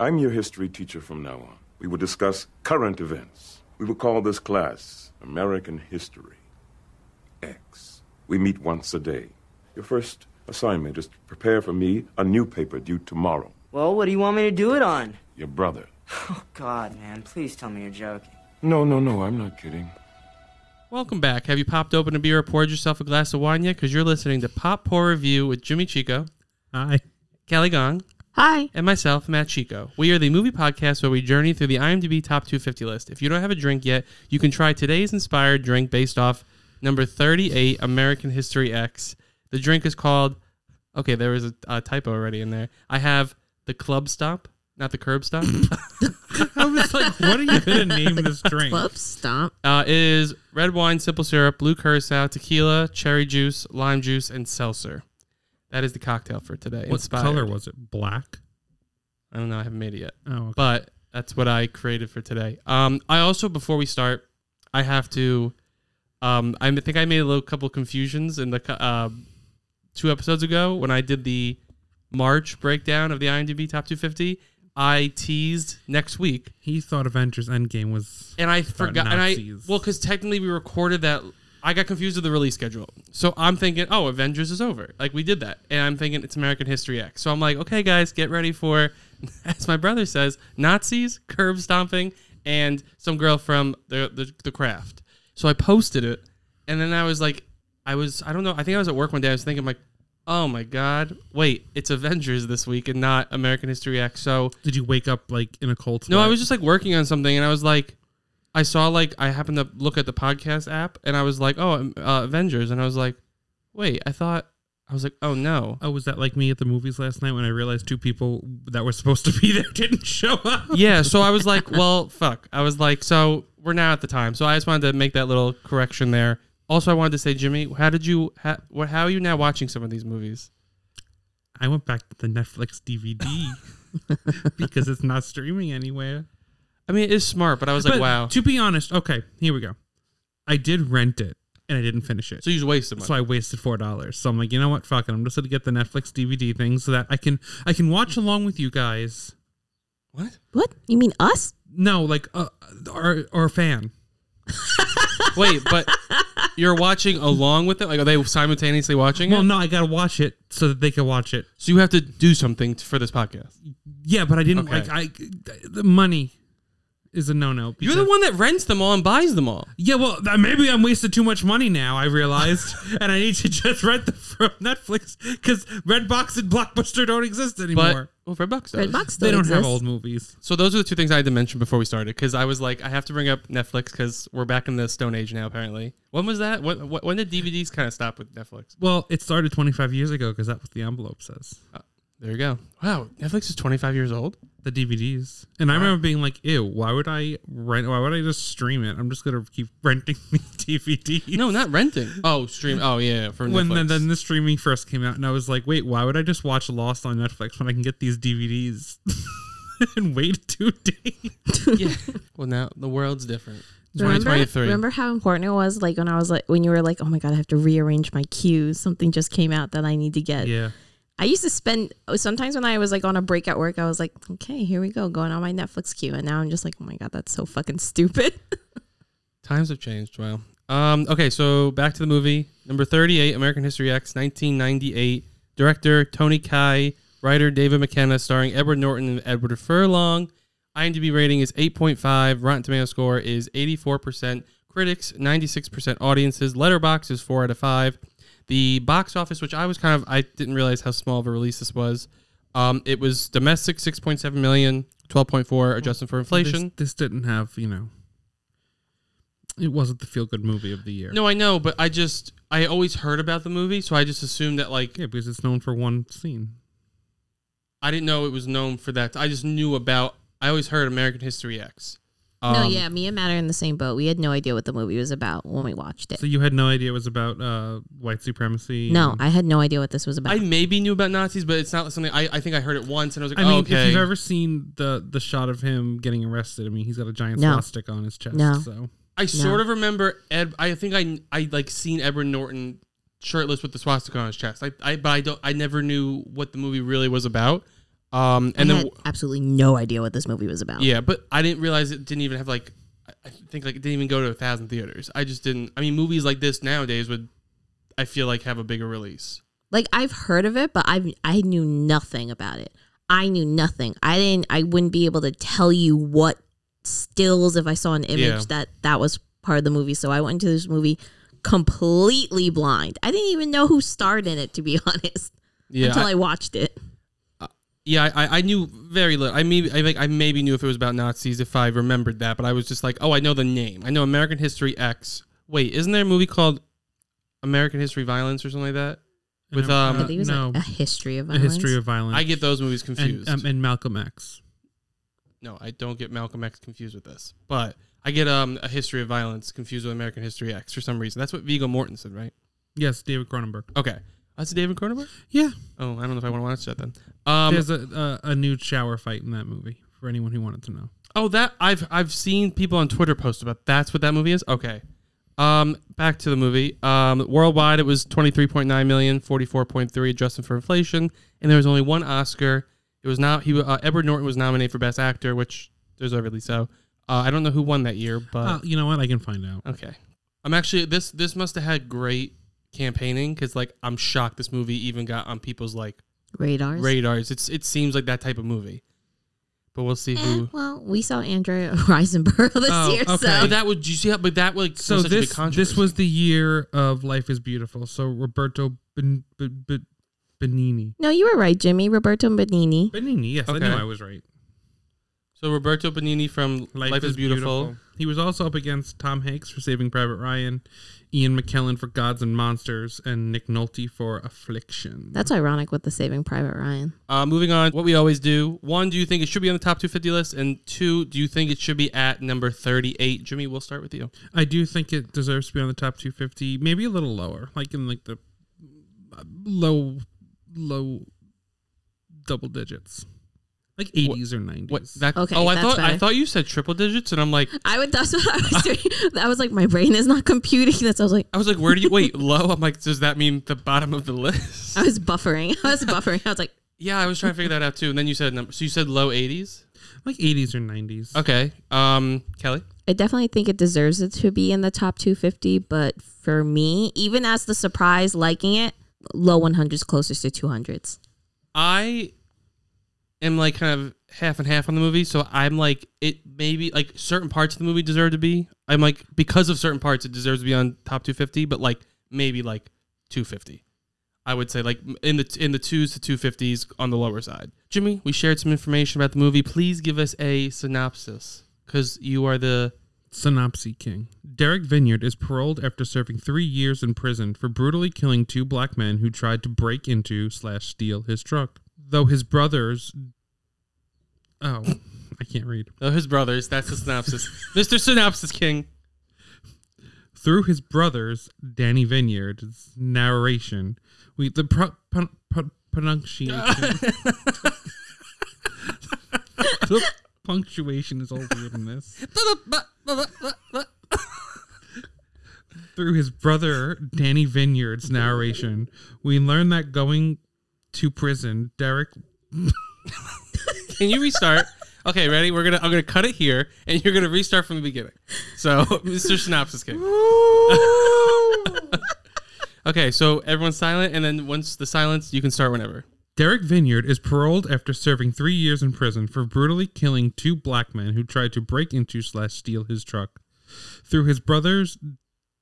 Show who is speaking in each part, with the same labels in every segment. Speaker 1: I'm your history teacher from now on. We will discuss current events. We will call this class American History X. We meet once a day. Your first assignment is to prepare for me a new paper due tomorrow.
Speaker 2: Well, what do you want me to do it on?
Speaker 1: Your brother.
Speaker 2: Oh, God, man. Please tell me you're joking.
Speaker 1: No, no, no, I'm not kidding.
Speaker 3: Welcome back. Have you popped open a beer or poured yourself a glass of wine yet? Because you're listening to Pop Pour Review with Jimmy Chico,
Speaker 4: Hi.
Speaker 3: Kelly Gong,
Speaker 5: Hi.
Speaker 3: and myself, Matt Chico. We are the movie podcast where we journey through the IMDb Top 250 list. If you don't have a drink yet, you can try today's inspired drink based off number 38, American History X. The drink is called, okay, there was a, a typo already in there. I have the club stop, not the curb stop.
Speaker 4: I was like, what are you going to name this drink?
Speaker 5: Club stomp.
Speaker 3: uh, it is red wine, simple syrup, blue curacao, tequila, cherry juice, lime juice, and seltzer. That is the cocktail for today.
Speaker 4: What
Speaker 3: Inspired.
Speaker 4: color was it? Black?
Speaker 3: I don't know. I haven't made it yet.
Speaker 4: Oh, okay.
Speaker 3: but that's what I created for today. Um, I also before we start, I have to. Um, I think I made a little couple confusions in the co- um two episodes ago when I did the March breakdown of the IMDb Top 250. I teased next week,
Speaker 4: he thought Avengers Endgame was.
Speaker 3: and I
Speaker 4: About
Speaker 3: forgot. And I
Speaker 4: Nazis.
Speaker 3: well, because technically we recorded that. I got confused with the release schedule, so I'm thinking, oh, Avengers is over. Like we did that, and I'm thinking it's American History X. So I'm like, okay, guys, get ready for, as my brother says, Nazis, curb stomping, and some girl from the the, the craft. So I posted it, and then I was like, I was, I don't know, I think I was at work one day. I was thinking like, oh my god, wait, it's Avengers this week and not American History X. So
Speaker 4: Did you wake up like in a cold sweat?
Speaker 3: no, I was just like working on something, and I was like, I saw like I happened to look at the podcast app, and I was like, oh, um, uh, Avengers, and I was like, wait, I thought I was like, oh no,
Speaker 4: Oh, was that like me at the movies last night when I realized two people that were supposed to be there didn't show up?
Speaker 3: yeah. So I was like, well, fuck. I was like, so we're now at the time. So I just wanted to make that little correction there. Also, I wanted to say, Jimmy, how did you? How, what? How are you now watching some of these movies?
Speaker 4: I went back to the Netflix DVD because it's not streaming anywhere.
Speaker 3: I mean, it is smart, but I was like,
Speaker 4: But
Speaker 3: wow.
Speaker 4: To be honest, okay, here we go. I did rent it and I didn't finish it.
Speaker 3: so you just wasted money.
Speaker 4: So I wasted four dollars. So I'm like, you know what? Fuck it. I'm just gonna get the Netflix DVD thing so that I can I can watch along with you guys.
Speaker 3: what?
Speaker 5: What? You mean us?
Speaker 4: No, like uh, our our fan.
Speaker 3: Wait, but you're watching along with it? Like, are they simultaneously watching it?
Speaker 4: Well, no, I gotta watch it so that they can watch it.
Speaker 3: So you have to do something t- for this podcast.
Speaker 4: Yeah, but I didn't
Speaker 3: Okay.
Speaker 4: like I the money is a no no.
Speaker 3: You're the one that rents them all and buys them all.
Speaker 4: Yeah, well, th- maybe I'm wasting too much money now. I realized, and I need to just rent them from Netflix because Redbox and Blockbuster don't exist
Speaker 3: But
Speaker 4: anymore.
Speaker 3: well, Redbox does.
Speaker 5: Redbox still
Speaker 4: they don't have
Speaker 5: exists.
Speaker 4: old movies.
Speaker 3: So those are the two things I had to mention before we started because I was like, I have to bring up Netflix because we're back in the Stone Age now. Apparently, when was that? When, when when did DVDs kind of stop with Netflix?
Speaker 4: Well, it started 25 years ago because that's what the envelope says.
Speaker 3: There you go. Wow, Netflix is 25 years old.
Speaker 4: the DVDs. And I remember being like, ew, why would I rent why would I just stream it? I'm just gonna keep renting the DVDs.
Speaker 3: No, not renting. Oh, stream. Oh yeah, from
Speaker 4: When
Speaker 3: Netflix.
Speaker 4: then, then the streaming first came out and I was like, wait, why would I just watch Lost on Netflix when I can get these DVDs and wait two days?
Speaker 3: yeah. Well, now the world's different.
Speaker 5: Remember,
Speaker 3: 2023.
Speaker 5: remember how important it was? Like when I was like, when you were like, oh my God, I have to rearrange my queues. Something just came out that I need to get.
Speaker 4: Yeah.
Speaker 5: I used to spend, oh, sometimes when I was like on a break at work, I was like, okay, here we go, going on my Netflix queue. And now I'm just like, oh my God, that's so fucking stupid.
Speaker 3: Times have changed. Wow. Um, okay, so back to the movie. Number 38, American History X, 1998. Director Tony Kai, writer David McKenna, starring Edward Norton and Edward Furlong. IMDb rating is 8.5. Rotten Tomato score is 84%. Critics, 96% audiences. Letterbox is 4 out of 5. The box office, which I was kind of, I didn't realize how small of a release this was. Um, it was domestic 6.7 million, 12.4 adjusted for inflation.
Speaker 4: This, this didn't have, you know it wasn't the feel good movie of the year.
Speaker 3: No, I know, but I just I always heard about the movie, so I just assumed that like
Speaker 4: Yeah, because it's known for one scene.
Speaker 3: I didn't know it was known for that. I just knew about I always heard American History X.
Speaker 5: no,
Speaker 3: Um,
Speaker 5: yeah, me and Matt are in the same boat. We had no idea what the movie was about when we watched it.
Speaker 4: So you had no idea it was about uh, white supremacy.
Speaker 5: no, I had no idea what this was about.
Speaker 3: I maybe knew about Nazis, but it's not something I, I think I heard it once and I was
Speaker 4: I
Speaker 3: like,
Speaker 4: mean,
Speaker 3: oh, okay.
Speaker 4: if you've ever seen the the shot of him getting arrested, I mean, he's got a giant
Speaker 5: No.
Speaker 4: swastika on his chest.
Speaker 5: No.
Speaker 4: So
Speaker 3: I sort of remember Ed. I think I I like seen Edward Norton shirtless with the swastika on his chest. I, I but I don't. I never knew what the movie really was about. Um, and
Speaker 5: I
Speaker 3: then
Speaker 5: had absolutely no idea what this movie was about.
Speaker 3: yeah, but I didn't realize it didn't even have like. I- I think like it didn't even go to a thousand theaters. I just didn't. I mean, movies like this nowadays would, I feel like, have a bigger release.
Speaker 5: Like I've heard of it, but I I knew nothing about it. I knew nothing. I didn't. I wouldn't be able to tell you what stills if I saw an image
Speaker 3: Yeah.
Speaker 5: that that was part of the movie. So I went into this movie completely blind. I didn't even know who starred in it to be honest
Speaker 3: Yeah,
Speaker 5: until
Speaker 3: I-
Speaker 5: I, watched it.
Speaker 3: yeah. I, I knew very little. I maybe I think I maybe knew if it was about Nazis if I remembered that, but I was just like, oh, I know the name. I know American History X. Wait, isn't there a movie called American History Violence or something like that? With
Speaker 5: I
Speaker 4: America-
Speaker 3: um,
Speaker 5: think it was
Speaker 4: Uh, no.
Speaker 5: like a history of
Speaker 4: a
Speaker 5: violence.
Speaker 4: history of violence.
Speaker 3: I get those movies confused.
Speaker 4: and, um, and Malcolm X.
Speaker 3: no, I don't get Malcolm X confused with this, but I get um a History of Violence confused with American History X for some reason. That's what Vigo Mortensen, right?
Speaker 4: Yes, David Cronenberg.
Speaker 3: Okay, that's David Cronenberg.
Speaker 4: Yeah,
Speaker 3: Oh, I don't know if I want to watch that then. Um,
Speaker 4: there's a, a a nude shower fight in that movie for anyone who wanted to know.
Speaker 3: Oh, that I've I've seen people on Twitter post about. That's what that movie is. Okay. Um, back to the movie. Um, worldwide, it was 23.9 million, 44.3 adjusted for inflation, and there was only one Oscar. It was not he. Uh, Edward Norton was nominated for Best Actor, which deservedly so. Uh, I don't know who won that year,
Speaker 4: Uh,
Speaker 3: but
Speaker 4: you know what? I can find out.
Speaker 3: okay. I'm actually this this must have had great campaigning because like I'm shocked this movie even got on people's like
Speaker 5: radars.
Speaker 3: radars. It's it seems like that type of movie, but we'll see
Speaker 5: Eh,
Speaker 3: who.
Speaker 5: well, we saw Andrea Risenberg this
Speaker 4: Oh,
Speaker 5: year,
Speaker 4: okay.
Speaker 5: so
Speaker 3: But that would you see how? But that like
Speaker 4: So
Speaker 3: was such a big
Speaker 4: this this
Speaker 3: controversy.
Speaker 4: was the year of Life Is Beautiful. So Roberto ben, ben, ben, Benini.
Speaker 5: no, you were right, Jimmy Roberto Benini.
Speaker 4: Benini. Yes,
Speaker 3: Okay.
Speaker 4: I knew I was right.
Speaker 3: so Roberto Benini from Life, is, Beautiful.
Speaker 4: He was also up against Tom Hanks for Saving Private Ryan, Ian McKellen for Gods and Monsters, and Nick Nolte for Affliction.
Speaker 5: That's ironic with the Saving Private Ryan.
Speaker 3: Uh, moving on, what we always do: one, do you think it should be on the top 250 list? And two, do you think it should be at number 38? Jimmy, we'll start with you.
Speaker 4: I do think it deserves to be on the top 250, maybe a little lower, like in like the uh, low, low double digits, like 80s or 90s.
Speaker 3: What? That,
Speaker 5: Okay,
Speaker 3: oh, I
Speaker 5: that's
Speaker 3: thought I
Speaker 5: better.
Speaker 3: thought you said triple digits, and I'm like,
Speaker 5: I would. That's what I was doing. That was like my brain is not computing. That's I was like.
Speaker 3: I was like, where do you wait? Low? I'm like, does that mean the bottom of the list?
Speaker 5: I was buffering. I was buffering. I was like,
Speaker 3: yeah, I was trying to figure that out too. And then you said number. So you said low 80s.
Speaker 4: like 80s or 90s.
Speaker 3: Okay. Um, Kelly.
Speaker 5: I definitely think it deserves it to be in the top 250, but for me, even as the surprise liking it, low 100s closest to 200s.
Speaker 3: I am like kind of half and half on the movie, so I'm like it maybe like certain parts of the movie deserve to be. I'm like because of certain parts, it deserves to be on top 250, but like maybe like 250. I would say like in the in the twos to 250s on the lower side. Jimmy, we shared some information about the movie. Please give us a synopsis because you are the
Speaker 4: Synopsis King. Derek Vineyard is paroled after serving three years in prison for brutally killing two black men who tried to break into slash steal his truck. Though his brothers. Oh, I can't read.
Speaker 3: oh, his brothers. That's the synopsis, Mr. Synopsis King.
Speaker 4: Through his brothers, Danny Vineyard's narration, we the pro, pron, pron- pronunciation. the punctuation is all weird in this. through his brother Danny Vineyard's narration, we learn that going to prison, Derek.
Speaker 3: Can you restart? Okay, ready? We're gonna I'm gonna cut it here, and you're gonna restart from the beginning. So, Mr. Synopsis King. okay, so everyone's silent, and then once the silence, you can start whenever.
Speaker 4: Derek Vineyard is paroled after serving three years in prison for brutally killing two black men who tried to break into slash steal his truck. Through his brother's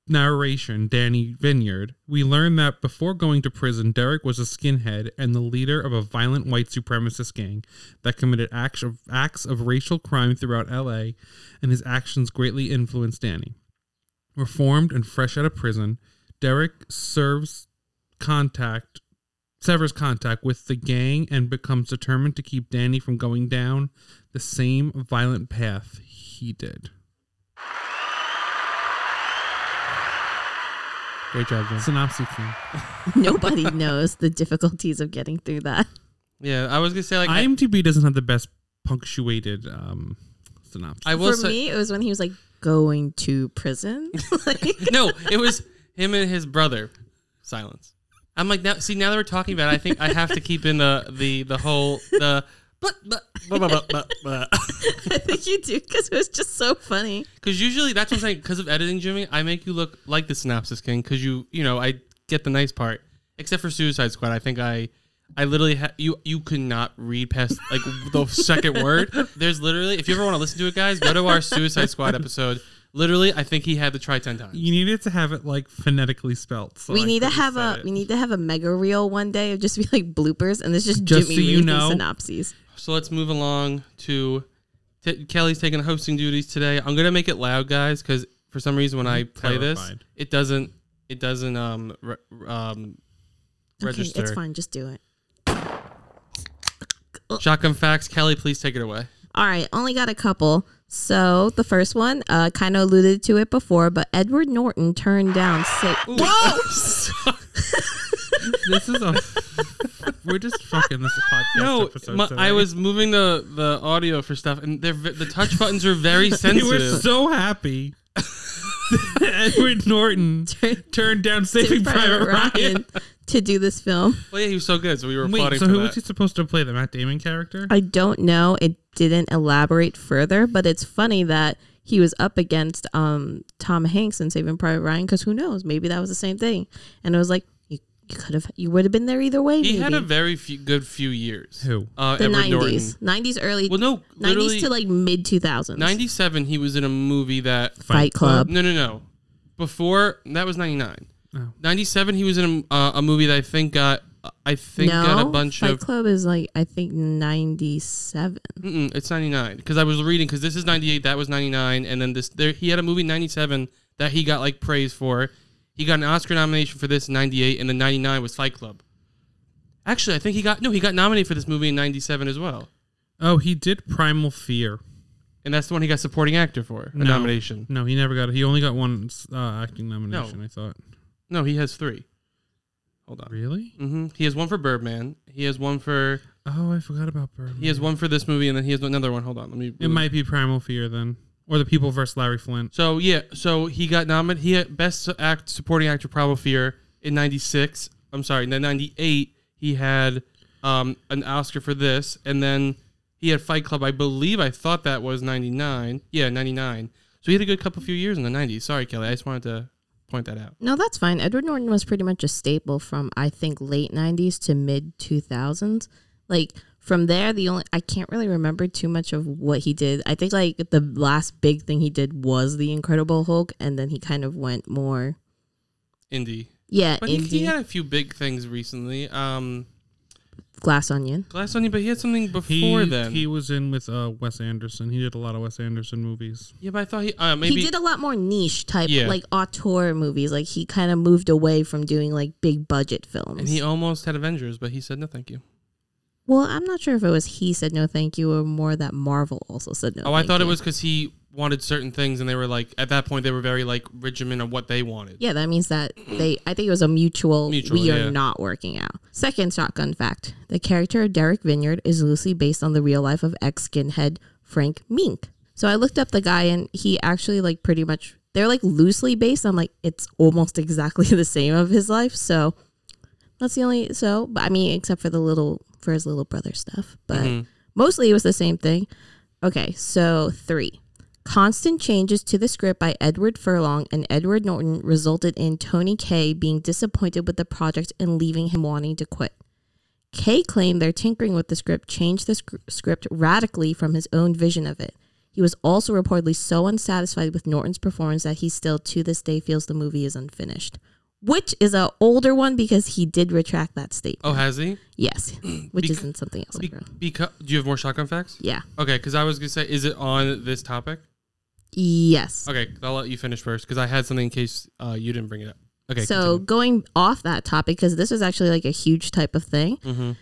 Speaker 4: narration, Danny Vineyard, we learn that before going to prison, Derek was a skinhead and the leader of a violent white supremacist gang that committed acts of, acts of racial crime throughout LA, and his actions greatly influenced Danny. Reformed and fresh out of prison, Derek serves contact severs contact with the gang and becomes determined to keep Danny from going down the same violent path he did.
Speaker 3: Great job, John.
Speaker 4: Synopsis. Thing.
Speaker 5: Nobody knows the difficulties of getting through that.
Speaker 3: Yeah, I was gonna say like I,
Speaker 4: IMDb doesn't have the best punctuated um, synopsis.
Speaker 3: I will
Speaker 5: For
Speaker 3: say
Speaker 5: me, it was when he was like going to prison. like,
Speaker 3: no, it was him and his brother. Silence. I'm like now. See now that we're talking about, it, I think I have to keep in the the the whole the but but but but but
Speaker 5: I think you do because it was just so funny.
Speaker 3: because usually that's what I'm saying. Because of editing, Jimmy, I make you look like the synopsis king. Because you you know I get the nice part, except for Suicide Squad. I think I. I literally ha- you you could not read past like the second word. There's literally if you ever want to listen to it, guys, go to our Suicide Squad episode. Literally, I think he had to try ten times.
Speaker 4: you needed to have it like phonetically spelled. so
Speaker 5: we
Speaker 4: I
Speaker 5: need to
Speaker 4: couldn't
Speaker 5: have
Speaker 4: say
Speaker 5: a
Speaker 4: it.
Speaker 5: we need to have a mega reel one day of just be like bloopers and it's just,
Speaker 4: Just
Speaker 5: Jimmy
Speaker 4: so you
Speaker 5: reading
Speaker 4: know.
Speaker 5: synopses.
Speaker 3: So let's move along to t- Kelly's taking hosting duties today. I'm gonna make it loud, guys, because for some reason when i play this,
Speaker 4: terrified.
Speaker 3: it doesn't it doesn't um re- um register.
Speaker 5: Okay, it's fine. Just do it.
Speaker 3: Shotgun facts, Kelly, please take it away.
Speaker 5: All right, only got a couple. So the first one, uh, kind of alluded to it before, but Edward Norton turned down six.
Speaker 3: Whoa!
Speaker 4: This is a. we're just fucking this podcast
Speaker 3: no,
Speaker 4: episode.
Speaker 3: my- I
Speaker 4: today.
Speaker 3: was moving the the audio for stuff, and they're, ve- the touch buttons are very
Speaker 4: You were
Speaker 3: sensitive.
Speaker 4: so happy. Edward Norton turned down Saving
Speaker 5: to
Speaker 4: Private Ryan.
Speaker 5: to do this film.
Speaker 3: well, Oh, yeah, he was so good, so we were applauding
Speaker 4: Wait, so
Speaker 3: for
Speaker 4: who
Speaker 3: that.
Speaker 4: was he supposed to play? The Matt Damon character?
Speaker 5: I don't know. It didn't elaborate further, but it's funny that he was up against um, Tom Hanks in Saving Private Ryan because who knows? Maybe that was the same thing. And it was like you, you could have, you would have been there either way.
Speaker 3: he had a
Speaker 5: maybe.
Speaker 3: very few, good few years.
Speaker 4: Who?
Speaker 3: Uh,
Speaker 5: the
Speaker 3: Edward Norton.
Speaker 5: nineties, nineties, early.
Speaker 3: Well, no, literally-
Speaker 5: nineties to like mid two thousands.
Speaker 3: 97 he was in a movie that
Speaker 5: Fight Club.
Speaker 3: no no no before that was 99
Speaker 4: Oh.
Speaker 3: 97 he was in a, uh, a movie that i think got i think got a bunch
Speaker 5: Fight
Speaker 3: of
Speaker 5: Club is like I think ninety seven.
Speaker 3: mm-mm, it's 99 because i was reading because this is 98 that was 99 and then this there he had a movie in 97 that he got like praise for he got an oscar nomination for this in 98 and then 99 was fight club actually i think he got no he got nominated for this movie in 97 as well
Speaker 4: Oh, he did Primal Fear.
Speaker 3: and that's the one he got supporting actor for a
Speaker 4: No.
Speaker 3: nomination
Speaker 4: No, he never got it. He only got one uh, acting nomination, I thought.
Speaker 3: no he has three hold on
Speaker 4: Really?
Speaker 3: hmm He has one for Birdman. He has one for
Speaker 4: Oh, I forgot about Birdman.
Speaker 3: he has one for this movie, and then he has another one. Hold on, let me.
Speaker 4: It might be Primal Fear then, or The People versus Larry Flint.
Speaker 3: So yeah, so he got nominated. He had best act supporting actor Primal Fear in '96. I'm sorry, in '98 he had um, an Oscar for this, and then he had Fight Club. I believe I thought that was '99. Yeah, '99. So he had a good couple few years in the '90s. Sorry, Kelly, I just wanted to point that out.
Speaker 5: No, that's fine. Edward Norton was pretty much a staple from I think late nineties to mid two thousands. Like from there, the only I can't really remember too much of what he did. I think like the last big thing he did was the Incredible Hulk, and then he kind of went more
Speaker 3: Indie,
Speaker 5: yeah
Speaker 3: but he,
Speaker 5: indie
Speaker 3: he had a few big things recently. Um,
Speaker 5: Glass Onion.
Speaker 3: Glass Onion, but he had something
Speaker 4: He,
Speaker 3: before then.
Speaker 4: he was in with uh, Wes Anderson. He did a lot of Wes Anderson movies.
Speaker 3: yeah, but I thought he uh, maybe
Speaker 5: he did a lot more niche type
Speaker 3: Yeah.
Speaker 5: like auteur movies. Like he kind of moved away from doing like big budget films.
Speaker 3: And he almost had Avengers, but he said no, thank you.
Speaker 5: Well, I'm not sure if it was he said no thank you or more that Marvel also said no.
Speaker 3: oh, I
Speaker 5: thank
Speaker 3: thought it
Speaker 5: you.
Speaker 3: was because he wanted certain things, and they were like at that point they were very like regimen of what they wanted.
Speaker 5: Yeah, that means that they. I think it was a mutual.
Speaker 3: Mutual,
Speaker 5: we are
Speaker 3: yeah.
Speaker 5: not working out. Second shotgun fact: the character of Derek Vineyard is loosely based on the real life of ex skinhead Frank Mink. So I looked up the guy, and he actually like pretty much they're like loosely based. I'm like, it's almost exactly the same of his life. So that's the only. So, but I mean, except for the little for his little brother stuff, but mostly it was the same thing. Okay, so three. Constant changes to the script by Edward Furlong and Edward Norton resulted in Tony Kay being disappointed with the project and leaving him wanting to quit. Kay claimed their tinkering with the script changed the sc- script radically from his own vision of it. He was also reportedly so unsatisfied with Norton's performance that he still to this day feels the movie is unfinished, which is an older one because he did retract that statement.
Speaker 3: Oh, has he?
Speaker 5: Yes, which
Speaker 3: Bec-
Speaker 5: isn't something else. I wrote.
Speaker 3: because do you have more shotgun facts?
Speaker 5: yeah.
Speaker 3: Okay, because I was gonna say, is it on this topic?
Speaker 5: Yes.
Speaker 3: Okay, I'll let you finish first because I had something in case uh, you didn't bring it up. Okay.
Speaker 5: so going off that topic, because this was actually like a huge type of thing.
Speaker 3: continue. Mhm.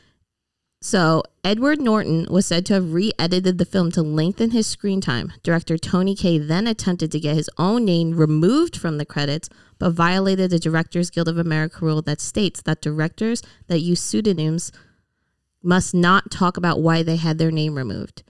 Speaker 5: So Edward Norton was said to have re-edited the film to lengthen his screen time. Director Tony Kaye then attempted to get his own name removed from the credits, but violated the Directors Guild of America rule that states that directors that use pseudonyms must not talk about why they had their name removed.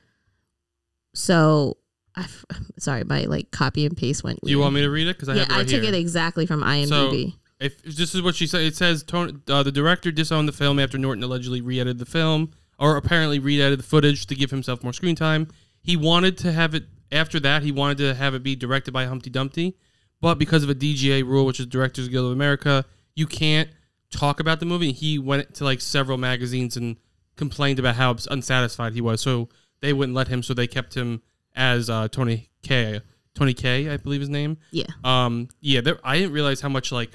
Speaker 5: So, I f- sorry, my like copy and paste went.
Speaker 3: Do you
Speaker 5: weird.
Speaker 3: want me to read it? Because I
Speaker 5: yeah,
Speaker 3: have it right
Speaker 5: I took
Speaker 3: here.
Speaker 5: it exactly from
Speaker 3: So
Speaker 5: IMDb.
Speaker 3: if this is what she said, it says Tony, uh, the director disowned the film after Norton allegedly re-edited the film, or apparently re-edited the footage to give himself more screen time. He wanted to have it after that. He wanted to have it be directed by Humpty Dumpty, but because of a DGA rule, which is Directors Guild of America, you can't talk about the movie. He went to like several magazines and complained about how unsatisfied he was, so they wouldn't let him. So they kept him as uh, Tony K. Tony K. I believe his name.
Speaker 5: yeah,
Speaker 3: Um, yeah, there, I didn't realize how much like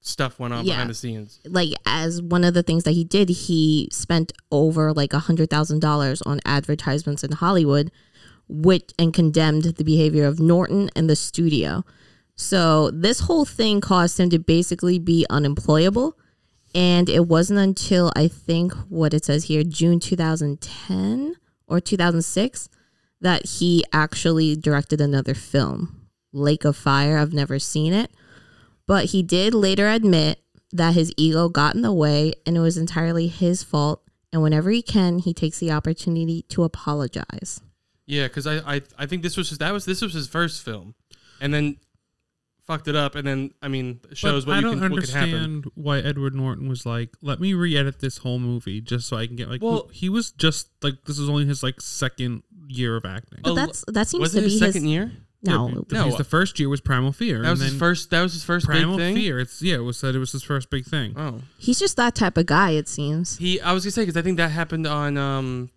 Speaker 3: stuff went on
Speaker 5: Yeah.
Speaker 3: behind the scenes.
Speaker 5: like as one of the things that he did, he spent over like a hundred thousand dollars on advertisements in Hollywood, which and condemned the behavior of Norton and the studio. So this whole thing caused him to basically be unemployable. And it wasn't until I think what it says here, June 2010 or 2006, that he actually directed another film, Lake of Fire. I've never seen it. But he did later admit that his ego got in the way and it was entirely his fault. And whenever he can, he takes the opportunity to apologize.
Speaker 3: Yeah, because I, I I think this was his, that was this was his first film, and then fucked it up, and then I mean it shows
Speaker 4: But
Speaker 3: what
Speaker 4: I
Speaker 3: you
Speaker 4: don't
Speaker 3: can what could happen.
Speaker 4: understand why Edward Norton was like, "Let me re-edit this whole movie just so I can get like."
Speaker 3: Well-
Speaker 4: he was just like this is only his like second year of acting.
Speaker 5: But
Speaker 3: Oh,
Speaker 5: that's that seems
Speaker 3: Wasn't
Speaker 5: to
Speaker 3: it
Speaker 5: be
Speaker 3: his
Speaker 5: his,
Speaker 3: second year?
Speaker 5: no.
Speaker 4: Yeah,
Speaker 3: No, uh,
Speaker 4: because the first year was Primal Fear.
Speaker 3: That was
Speaker 4: and
Speaker 3: his
Speaker 4: then
Speaker 3: first. That was his first
Speaker 4: Primal
Speaker 3: big thing.
Speaker 4: Fear. It's yeah, it was said it was his first big thing.
Speaker 3: Oh,
Speaker 5: He's just that type of guy, it seems.
Speaker 3: he. I was gonna say because I think that happened on um,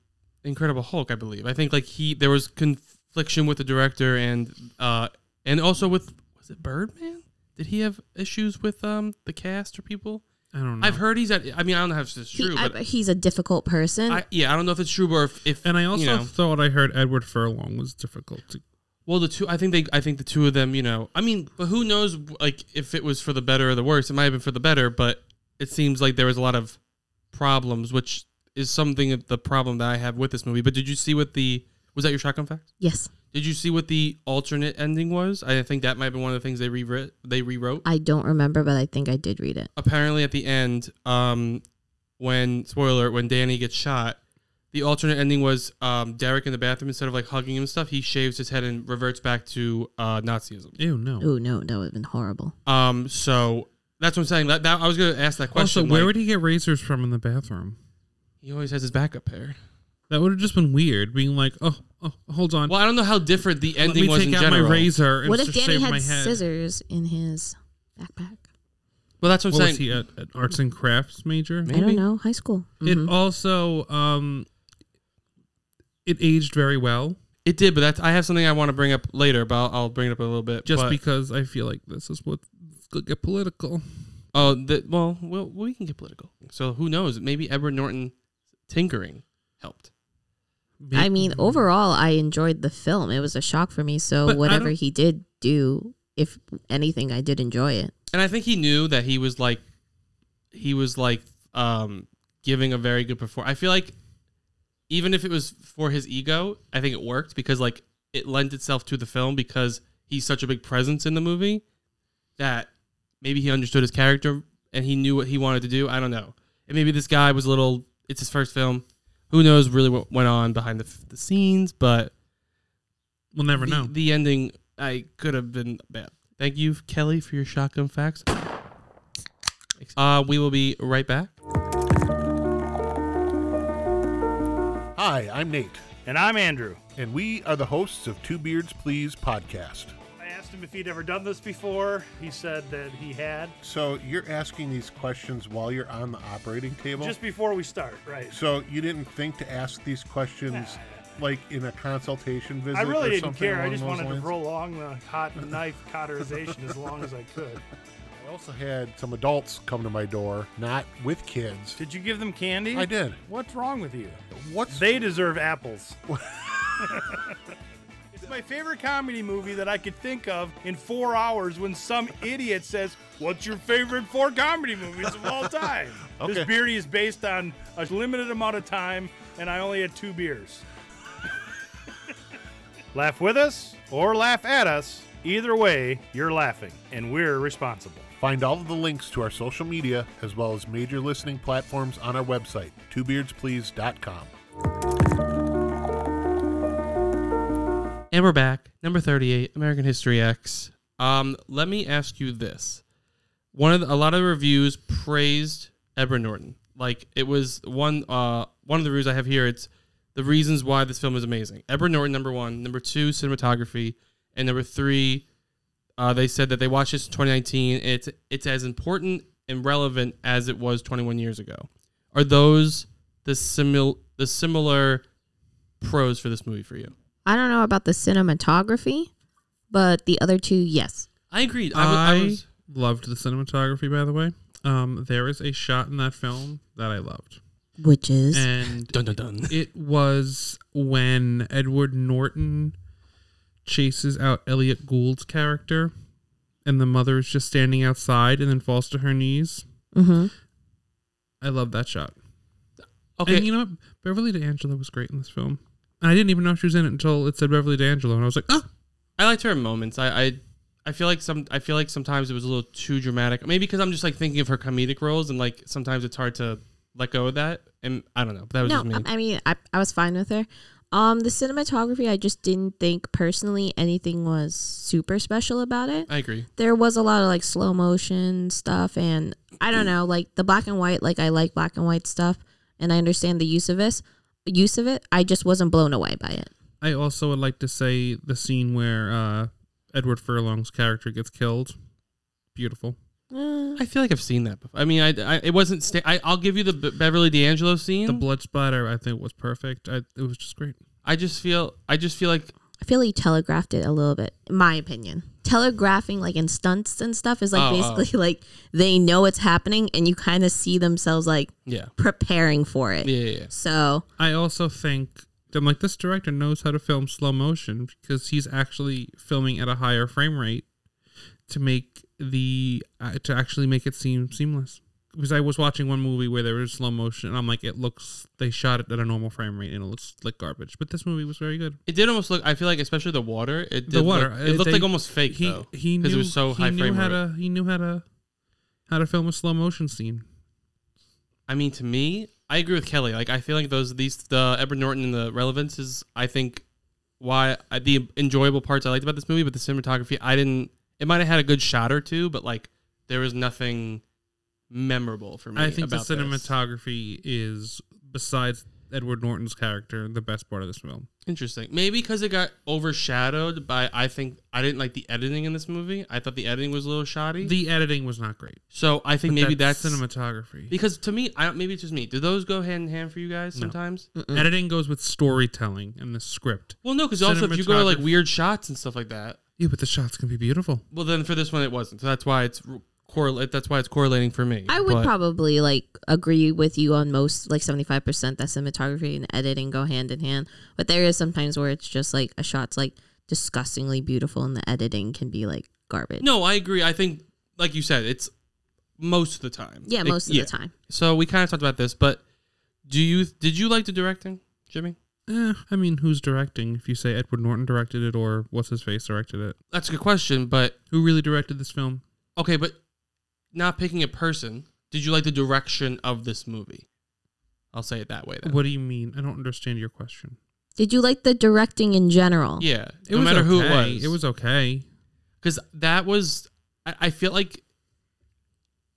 Speaker 3: Incredible Hulk. I believe. I think like he there was confliction with the director and uh and also with was it Birdman? Did he have issues with um the cast or people?
Speaker 4: I don't know.
Speaker 3: I've heard he's at. I mean, I don't know if this is
Speaker 5: He-
Speaker 3: true,
Speaker 5: I-
Speaker 3: but
Speaker 5: he's a difficult person.
Speaker 3: I, yeah, I don't know if it's true or if, if
Speaker 4: and I
Speaker 3: you
Speaker 4: also
Speaker 3: know.
Speaker 4: thought I heard Edward Furlong was difficult. To,
Speaker 3: well, the two. I think they. I think the two of them. You know, I mean, but who knows? Like, if it was for the better or the worse, it might have been for the better. But it seems like there was a lot of problems, which is something of the problem that I have with this movie. But did you see what the was that your shotgun fact?
Speaker 5: yes,
Speaker 3: Did you see what the alternate ending was? I think that might have been one of the things they rewrote. They rewrote.
Speaker 5: I don't remember, but I think I did read it.
Speaker 3: apparently at the end, um, when spoiler, when Danny gets shot, the alternate ending was um, Derek in the bathroom instead of like hugging him and stuff. He shaves his head and reverts back to uh, Nazism.
Speaker 4: ew, no.
Speaker 5: Oh no, that would have been horrible.
Speaker 3: Um, so that's what I'm saying. That, that I was gonna ask that question.
Speaker 4: also, where
Speaker 3: like,
Speaker 4: would he get razors from in the bathroom?
Speaker 3: he always has his backup pair?
Speaker 4: That would have just been weird. Being like, oh, oh hold on,
Speaker 3: Well, I don't know how different the
Speaker 4: let
Speaker 3: ending
Speaker 4: me
Speaker 3: was
Speaker 4: take
Speaker 3: in
Speaker 4: out
Speaker 3: general.
Speaker 4: my razor. And
Speaker 5: What if
Speaker 4: just
Speaker 5: Danny
Speaker 4: shave
Speaker 5: had
Speaker 4: my head.
Speaker 5: scissors in his backpack?
Speaker 3: Well, that's what I'm
Speaker 4: What
Speaker 3: saying.
Speaker 4: was he a, an arts and crafts major?
Speaker 5: I don't know. High school. Mhm.
Speaker 4: It also um it aged very well
Speaker 3: It did, but that's I have something I want to bring up later, but I'll, I'll bring it up in a little bit.
Speaker 4: just
Speaker 3: but,
Speaker 4: because I feel like this is what could get political.
Speaker 3: oh, the, well, well, we can get political. So who knows? Maybe Edward Norton tinkering helped.
Speaker 5: I mean, overall, I enjoyed the film. It was a shock for me. So
Speaker 4: But I
Speaker 5: whatever
Speaker 4: don't-
Speaker 5: he did do, if anything, I did enjoy it.
Speaker 3: and I think he knew that he was like he was like um giving a very good performance. I feel like even if it was for his ego, I think it worked because like it lent itself to the film because he's such a big presence in the movie that maybe he understood his character and he knew what he wanted to do. I don't know. And maybe this guy was a little it's his first film. Who knows really what went on behind the, the scenes, but
Speaker 4: we'll never
Speaker 3: the,
Speaker 4: know.
Speaker 3: the ending I could have been bad. Thank you, Kelly, for your shotgun facts. Uh, we will be right back.
Speaker 6: Hi, I'm Nate,
Speaker 7: And I'm Andrew.
Speaker 6: and we are the hosts of Two Beards Please podcast.
Speaker 7: I asked him if he'd ever done this before. He said that he had.
Speaker 6: So you're asking these questions while you're on the operating table?
Speaker 7: Just before we start, right?
Speaker 6: so you didn't think to ask these questions like in a consultation visit?
Speaker 7: I really
Speaker 6: or
Speaker 7: didn't
Speaker 6: something
Speaker 7: care. I
Speaker 6: along
Speaker 7: just
Speaker 6: those
Speaker 7: wanted
Speaker 6: lines?
Speaker 7: to prolong the hot knife cauterization as long as I could.
Speaker 6: I also had some adults come to my door, not with kids.
Speaker 7: Did you give them candy?
Speaker 6: I did.
Speaker 7: What's wrong with you?
Speaker 6: What's
Speaker 7: They deserve apples. it's my favorite comedy movie that I could think of in four hours when some idiot says, What's your favorite four comedy movies of all time? This
Speaker 8: Okay.
Speaker 7: beery is based on a limited amount of time, and I only had two beers. laugh with us or laugh at us. Either way, you're laughing, and we're responsible.
Speaker 6: Find all of the links to our social media as well as major listening platforms on our website, twobeardsplease.com.
Speaker 3: And we're back. Number 38, American History X. Um, let me ask you this. One of the, a lot of the reviews praised Edward Norton. Like it was one uh one of the reviews I have here, it's the reasons why this film is amazing. Edward Norton number 1, number 2 cinematography, and number 3 uh, they said that they watched this in 2019 and it's it's as important and relevant as it was 21 years ago. Are those the simil the similar pros for this movie for you?
Speaker 5: I don't know about the cinematography, but the other two, yes.
Speaker 3: I agreed. I wa-
Speaker 4: I,
Speaker 3: I was
Speaker 4: loved the cinematography, by the way. Um, there is a shot in that film that I loved,
Speaker 5: Which is
Speaker 3: Eh.
Speaker 4: and
Speaker 3: Dun dun dun.
Speaker 4: it was when Edward Norton chases out Elliot Gould's character, and the mother is just standing outside, and then falls to her knees.
Speaker 5: Mhm.
Speaker 4: I love that shot.
Speaker 3: Okay.
Speaker 4: And you know what? Beverly D'Angelo was great in this film. And I didn't even know she was in it until it said Beverly D'Angelo, and I was like, oh,
Speaker 3: I liked her in moments. I, I I feel like some I feel like sometimes it was a little too dramatic. Maybe because I'm just like thinking of her comedic roles and like sometimes it's hard to let go of that. And I don't know. That was
Speaker 5: no,
Speaker 3: just me.
Speaker 5: I I mean, I, I was fine with her. Um, the cinematography, I just didn't think personally anything was super special about it.
Speaker 3: I agree.
Speaker 5: there was a lot of like slow motion stuff, and I don't know, like the black and white. Like I like black and white stuff, and I understand the use of this use of it. I just wasn't blown away by it.
Speaker 4: I also would like to say the scene where uh, Edward Furlong's character gets killed. Beautiful.
Speaker 5: Uh,
Speaker 3: I feel like I've seen that before. I mean, I, I it wasn't. Sta- I I'll give you the B- Beverly D'Angelo scene.
Speaker 4: The blood splatter, I think, was perfect. I, it was just great.
Speaker 3: I just feel I just feel like
Speaker 5: I feel he telegraphed it a little bit, in my opinion. Telegraphing like in stunts and stuff is like
Speaker 3: Oh, oh.
Speaker 5: basically like they know it's happening, and you kind of see themselves like
Speaker 3: yeah
Speaker 5: preparing for it.
Speaker 3: yeah yeah. yeah.
Speaker 5: So
Speaker 4: I also think that I'm like this director knows how to film slow motion because he's actually filming at a higher frame rate to make the uh, to actually make it seem seamless. Because I was watching one movie where there was slow motion, and I'm like, it looks they shot it at a normal frame rate, and it looks like garbage. But this movie was very good.
Speaker 3: It did almost look. I feel like especially the water. It did
Speaker 4: the water. uh,
Speaker 3: Look, it looked
Speaker 4: they-
Speaker 3: like almost fake
Speaker 4: he,
Speaker 3: though.
Speaker 4: He knew
Speaker 3: because it was so
Speaker 4: he
Speaker 3: high
Speaker 4: knew
Speaker 3: frame
Speaker 4: how
Speaker 3: rate.
Speaker 4: to he knew how to how to film a slow motion scene.
Speaker 3: I mean, to me, I agree with Kelly. Like, I feel like those these the Edward Norton and the relevance is, I think, why I, the enjoyable parts I liked about this movie. But the cinematography, I didn't. It might have had a good shot or two, but like there was nothing memorable for me.
Speaker 4: I think the
Speaker 3: about this.
Speaker 4: cinematography is besides Edward Norton's character the best part of this film.
Speaker 3: Interesting. Maybe because it got overshadowed by. I think I didn't like the editing in this movie. I thought the editing was a little shoddy.
Speaker 4: The editing was not great.
Speaker 3: so I think
Speaker 4: but
Speaker 3: maybe
Speaker 4: that's
Speaker 3: that's,
Speaker 4: cinematography.
Speaker 3: because to me, I don't, maybe it's just me. Do those go hand in hand for you guys
Speaker 4: No.
Speaker 3: sometimes?
Speaker 4: Editing goes with storytelling and the script.
Speaker 3: Well, no, because also if you go to like
Speaker 4: Cinematography.
Speaker 3: weird shots and stuff like that,
Speaker 4: Yeah, but the shots can be beautiful.
Speaker 3: Well, then for this one it wasn't. So that's why it's r- correlate. That's why it's correlating for me.
Speaker 5: I would
Speaker 3: But
Speaker 5: probably like agree with you on most, like seventy five percent that cinematography and editing go hand in hand. But there is sometimes where it's just like a shot's like disgustingly beautiful, and the editing can be like garbage.
Speaker 3: No, I agree. I think, like you said, it's most of the time.
Speaker 5: yeah,
Speaker 3: It-
Speaker 5: most of the time.
Speaker 3: So we kind of talked about this, but do you did you like the directing, Jimmy?
Speaker 4: Eh, I mean, who's directing? If you say Edward Norton directed it or what's his face directed it,
Speaker 3: That's a good question, but
Speaker 4: who really directed this film?
Speaker 3: okay, but not picking a person. Did you like the direction of this movie? I'll say it that way. Then.
Speaker 4: What do you mean? I don't understand your question.
Speaker 5: Did you like the directing in general?
Speaker 3: Yeah,
Speaker 4: It
Speaker 3: no
Speaker 4: was
Speaker 3: matter who it
Speaker 4: okay.
Speaker 3: was,
Speaker 4: It was okay.
Speaker 3: because that was I, I feel like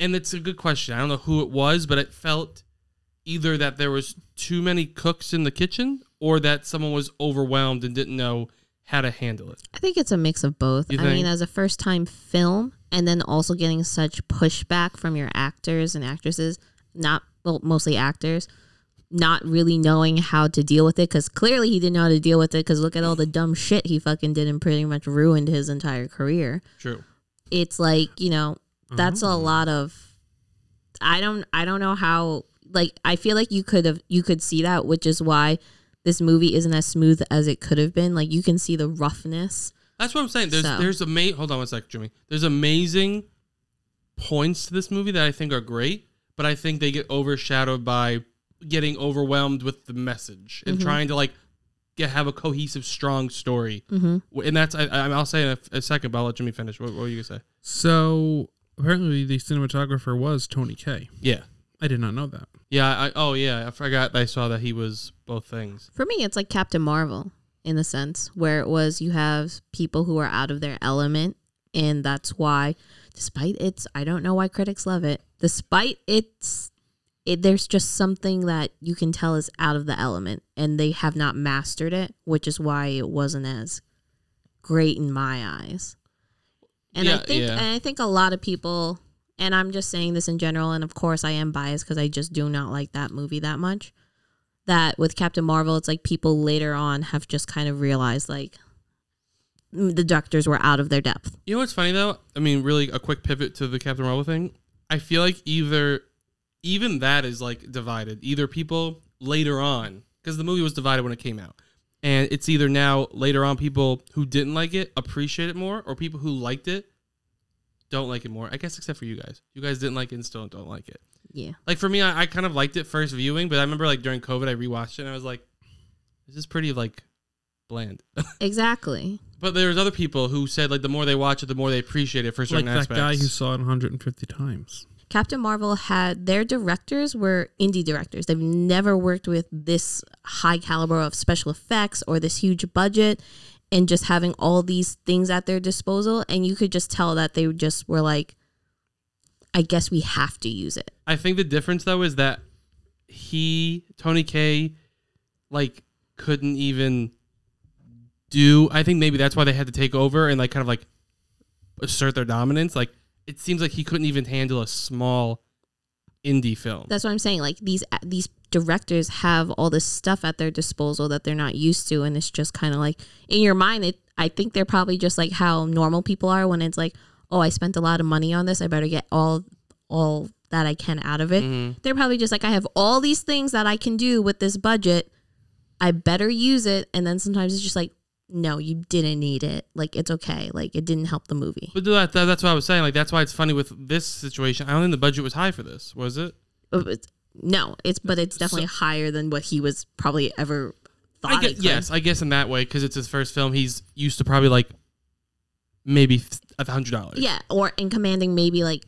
Speaker 3: and it's a good question i don't know who it was but it felt either that there was too many cooks in the kitchen or that someone was overwhelmed and didn't know how to handle it
Speaker 5: I think it's a mix of both.
Speaker 3: You
Speaker 5: I
Speaker 3: think?
Speaker 5: mean, as a first time film, and then also getting such pushback from your actors and actresses, not well, mostly actors, not really knowing how to deal with it because clearly he didn't know how to deal with it because look at all the dumb shit he fucking did and pretty much ruined his entire career.
Speaker 3: true
Speaker 5: It's like you know that's
Speaker 3: Mm-hmm.
Speaker 5: a lot of. I don't I don't know how like I feel like you could have you could see that, which is why. this movie isn't as smooth as it could have been. Like you can see the roughness.
Speaker 3: That's what I'm saying. There's
Speaker 5: So-
Speaker 3: there's ama- hold on one sec, Jimmy. There's amazing points to this movie that I think are great, but I think they get overshadowed by getting overwhelmed with the message and trying to like get have a cohesive, strong story. Mm-hmm. And that's I, I, I'll say in a, a second, but I'll let Jimmy finish. What, what were you gonna say?
Speaker 4: So apparently, the cinematographer was Tony K.
Speaker 3: Yeah,
Speaker 4: I did not know that.
Speaker 3: yeah. I, oh yeah, I forgot. I saw that he was both things.
Speaker 5: For me, it's like Captain Marvel in the sense where it was you have people who are out of their element, and that's why, despite its, I don't know why critics love it. Despite its, it, there's just something that you can tell is out of the element, and they have not mastered it, which is why it wasn't as great in my eyes. And I
Speaker 3: Yeah,
Speaker 5: think,
Speaker 3: yeah.
Speaker 5: and I think a lot of people, and I'm just saying this in general, and of course I am biased because I just do not like that movie that much that with Captain Marvel, it's like people later on have just kind of realized like mm, the doctors were out of their depth.
Speaker 3: You know what's funny though? I mean, really, a quick pivot to the Captain Marvel thing. I feel like either, even that is like divided. Either people later on, because the movie was divided when it came out, and it's either now later on people who didn't like it appreciate it more, or people who liked it don't like it more. I guess except for you guys. You guys didn't like it and still don't like it.
Speaker 5: Yeah.
Speaker 3: Like for me, I, I kind of liked it first viewing, but I remember like during COVID, I rewatched it and I was like, this is pretty like bland.
Speaker 5: Exactly.
Speaker 3: But there was other people who said like the more they watch it, the more they appreciate it for
Speaker 4: like
Speaker 3: certain
Speaker 4: that
Speaker 3: aspects.
Speaker 4: guy who saw it 150 times.
Speaker 5: Captain Marvel had their directors were indie directors. They've never worked with this high caliber of special effects or this huge budget and just having all these things at their disposal and you could just tell that they just were like I guess we have to use it.
Speaker 3: I think the difference though is that he Tony K like couldn't even do. I think maybe that's why they had to take over and like kind of like assert their dominance. Like it seems like he couldn't even handle a small indie film.
Speaker 5: That's what I'm saying. Like these uh, these directors have all this stuff at their disposal that they're not used to, and it's just kind of like in your mind. It I think they're probably just like how normal people are when it's like, oh, I spent a lot of money on this. I better get all all that I can out of it. They're probably just like, I have all these things that I can do with this budget. I better use it. And then sometimes it's just like, no, you didn't need it. Like it's okay. Like it didn't help the movie.
Speaker 3: but that, that- that's what I was saying. Like that's why it's funny with this situation. I don't think the budget was high for this, was it?
Speaker 5: Uh, it's- no, it's but it's definitely higher than what he was probably ever thought.
Speaker 3: I
Speaker 5: it
Speaker 3: guess,
Speaker 5: could.
Speaker 3: yes, I guess in that way because it's his first film. He's used to probably like maybe a hundred dollars.
Speaker 5: Yeah, or in commanding maybe like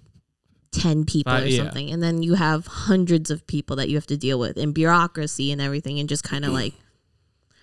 Speaker 5: ten people
Speaker 3: Five,
Speaker 5: or
Speaker 3: yeah.
Speaker 5: something, and then you have hundreds of people that you have to deal with and bureaucracy and everything, and just kind of like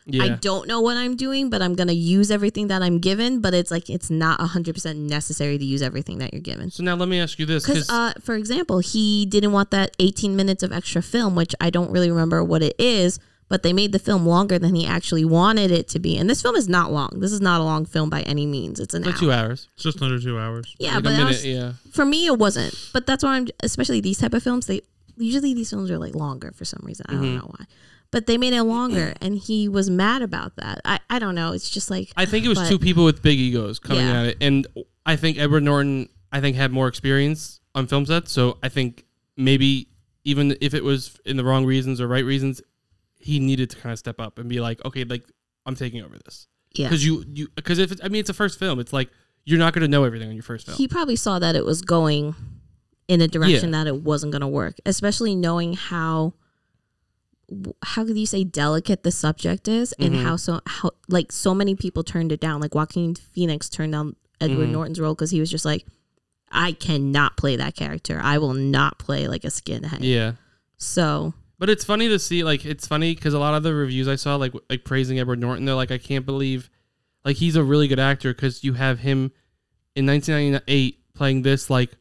Speaker 3: yeah.
Speaker 5: I don't know what I'm doing, but I'm gonna use everything that I'm given. But it's like it's not hundred percent necessary to use everything that you're given.
Speaker 3: So now let me ask you this,
Speaker 5: Because,
Speaker 3: because
Speaker 5: uh, for example, he didn't want that 18 minutes of extra film, which I don't really remember what it is, but they made the film longer than he actually wanted it to be. And this film is not long. This is not a long film by any means. It's an hour.
Speaker 3: two hours,
Speaker 4: It's just under two hours.
Speaker 5: Yeah,
Speaker 3: like a
Speaker 5: but I
Speaker 3: minute,
Speaker 5: was-
Speaker 3: yeah.
Speaker 5: for me it wasn't. But that's why I'm especially these type of films. They usually these films are like longer for some reason. I don't
Speaker 3: Mm-hmm.
Speaker 5: know why, but they made it longer, and he was mad about that. I I don't know. It's just like
Speaker 3: I think it was
Speaker 5: but-
Speaker 3: two people with big egos coming
Speaker 5: Yeah.
Speaker 3: at it, and I think Edward Norton, I think had more experience on film sets, so I think maybe even if it was in the wrong reasons or right reasons, he needed to kind of step up and be like, okay, like I'm taking over this,
Speaker 5: Yeah.
Speaker 3: because you you because if it's, I mean it's a first film, it's like you're not going to know everything on your first film.
Speaker 5: He probably saw that it was going in a direction that it wasn't going to work, especially knowing how w- how could you say delicate the subject is and how so how like so many people turned it down. Like Joaquin Phoenix turned down Edward Norton's role because he was just like, I cannot play that character. I will not play like a skinhead.
Speaker 3: yeah.
Speaker 5: So
Speaker 3: But it's funny to see, like, it's funny because a lot of the reviews I saw, like, like praising Edward Norton, they're like, I can't believe, like, he's a really good actor because you have him in 1998 playing this, like,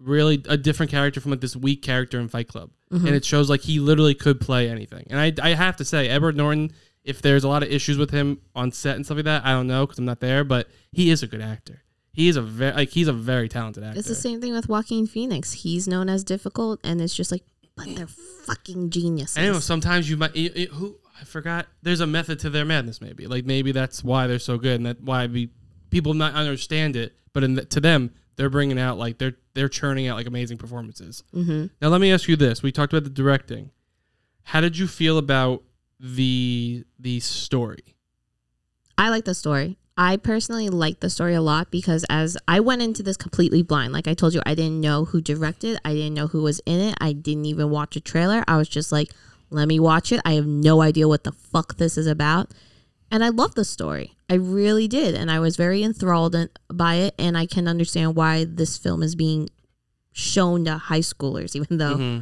Speaker 3: really a different character from like this weak character in Fight Club, and it shows like he literally could play anything. And I, I have to say, Edward Norton, if there's a lot of issues with him on set and stuff like that, I don't know because I'm not there, but he is a good actor. He is a very like he's a very talented actor.
Speaker 5: it's the same thing with Joaquin Phoenix. He's known as difficult, and it's just like, but they're fucking geniuses.
Speaker 3: I know sometimes you might it, it- who I forgot. There's a method to their madness. Maybe like maybe that's why they're so good, and that why we people not understand it. But in the, to them, they're bringing out like they're they're churning out like amazing performances. Mm-hmm. Now let me ask you this: We talked about the directing. How did you feel about the the story?
Speaker 5: I like the story. I personally like the story a lot because as I went into this completely blind, like I told you, I didn't know who directed, I didn't know who was in it, I didn't even watch a trailer. I was just like, let me watch it. I have no idea what the fuck this is about. And I loved the story. I really did. And I was very enthralled in- by it. And I can understand why this film is being shown to high schoolers, even though,
Speaker 3: Mm-hmm.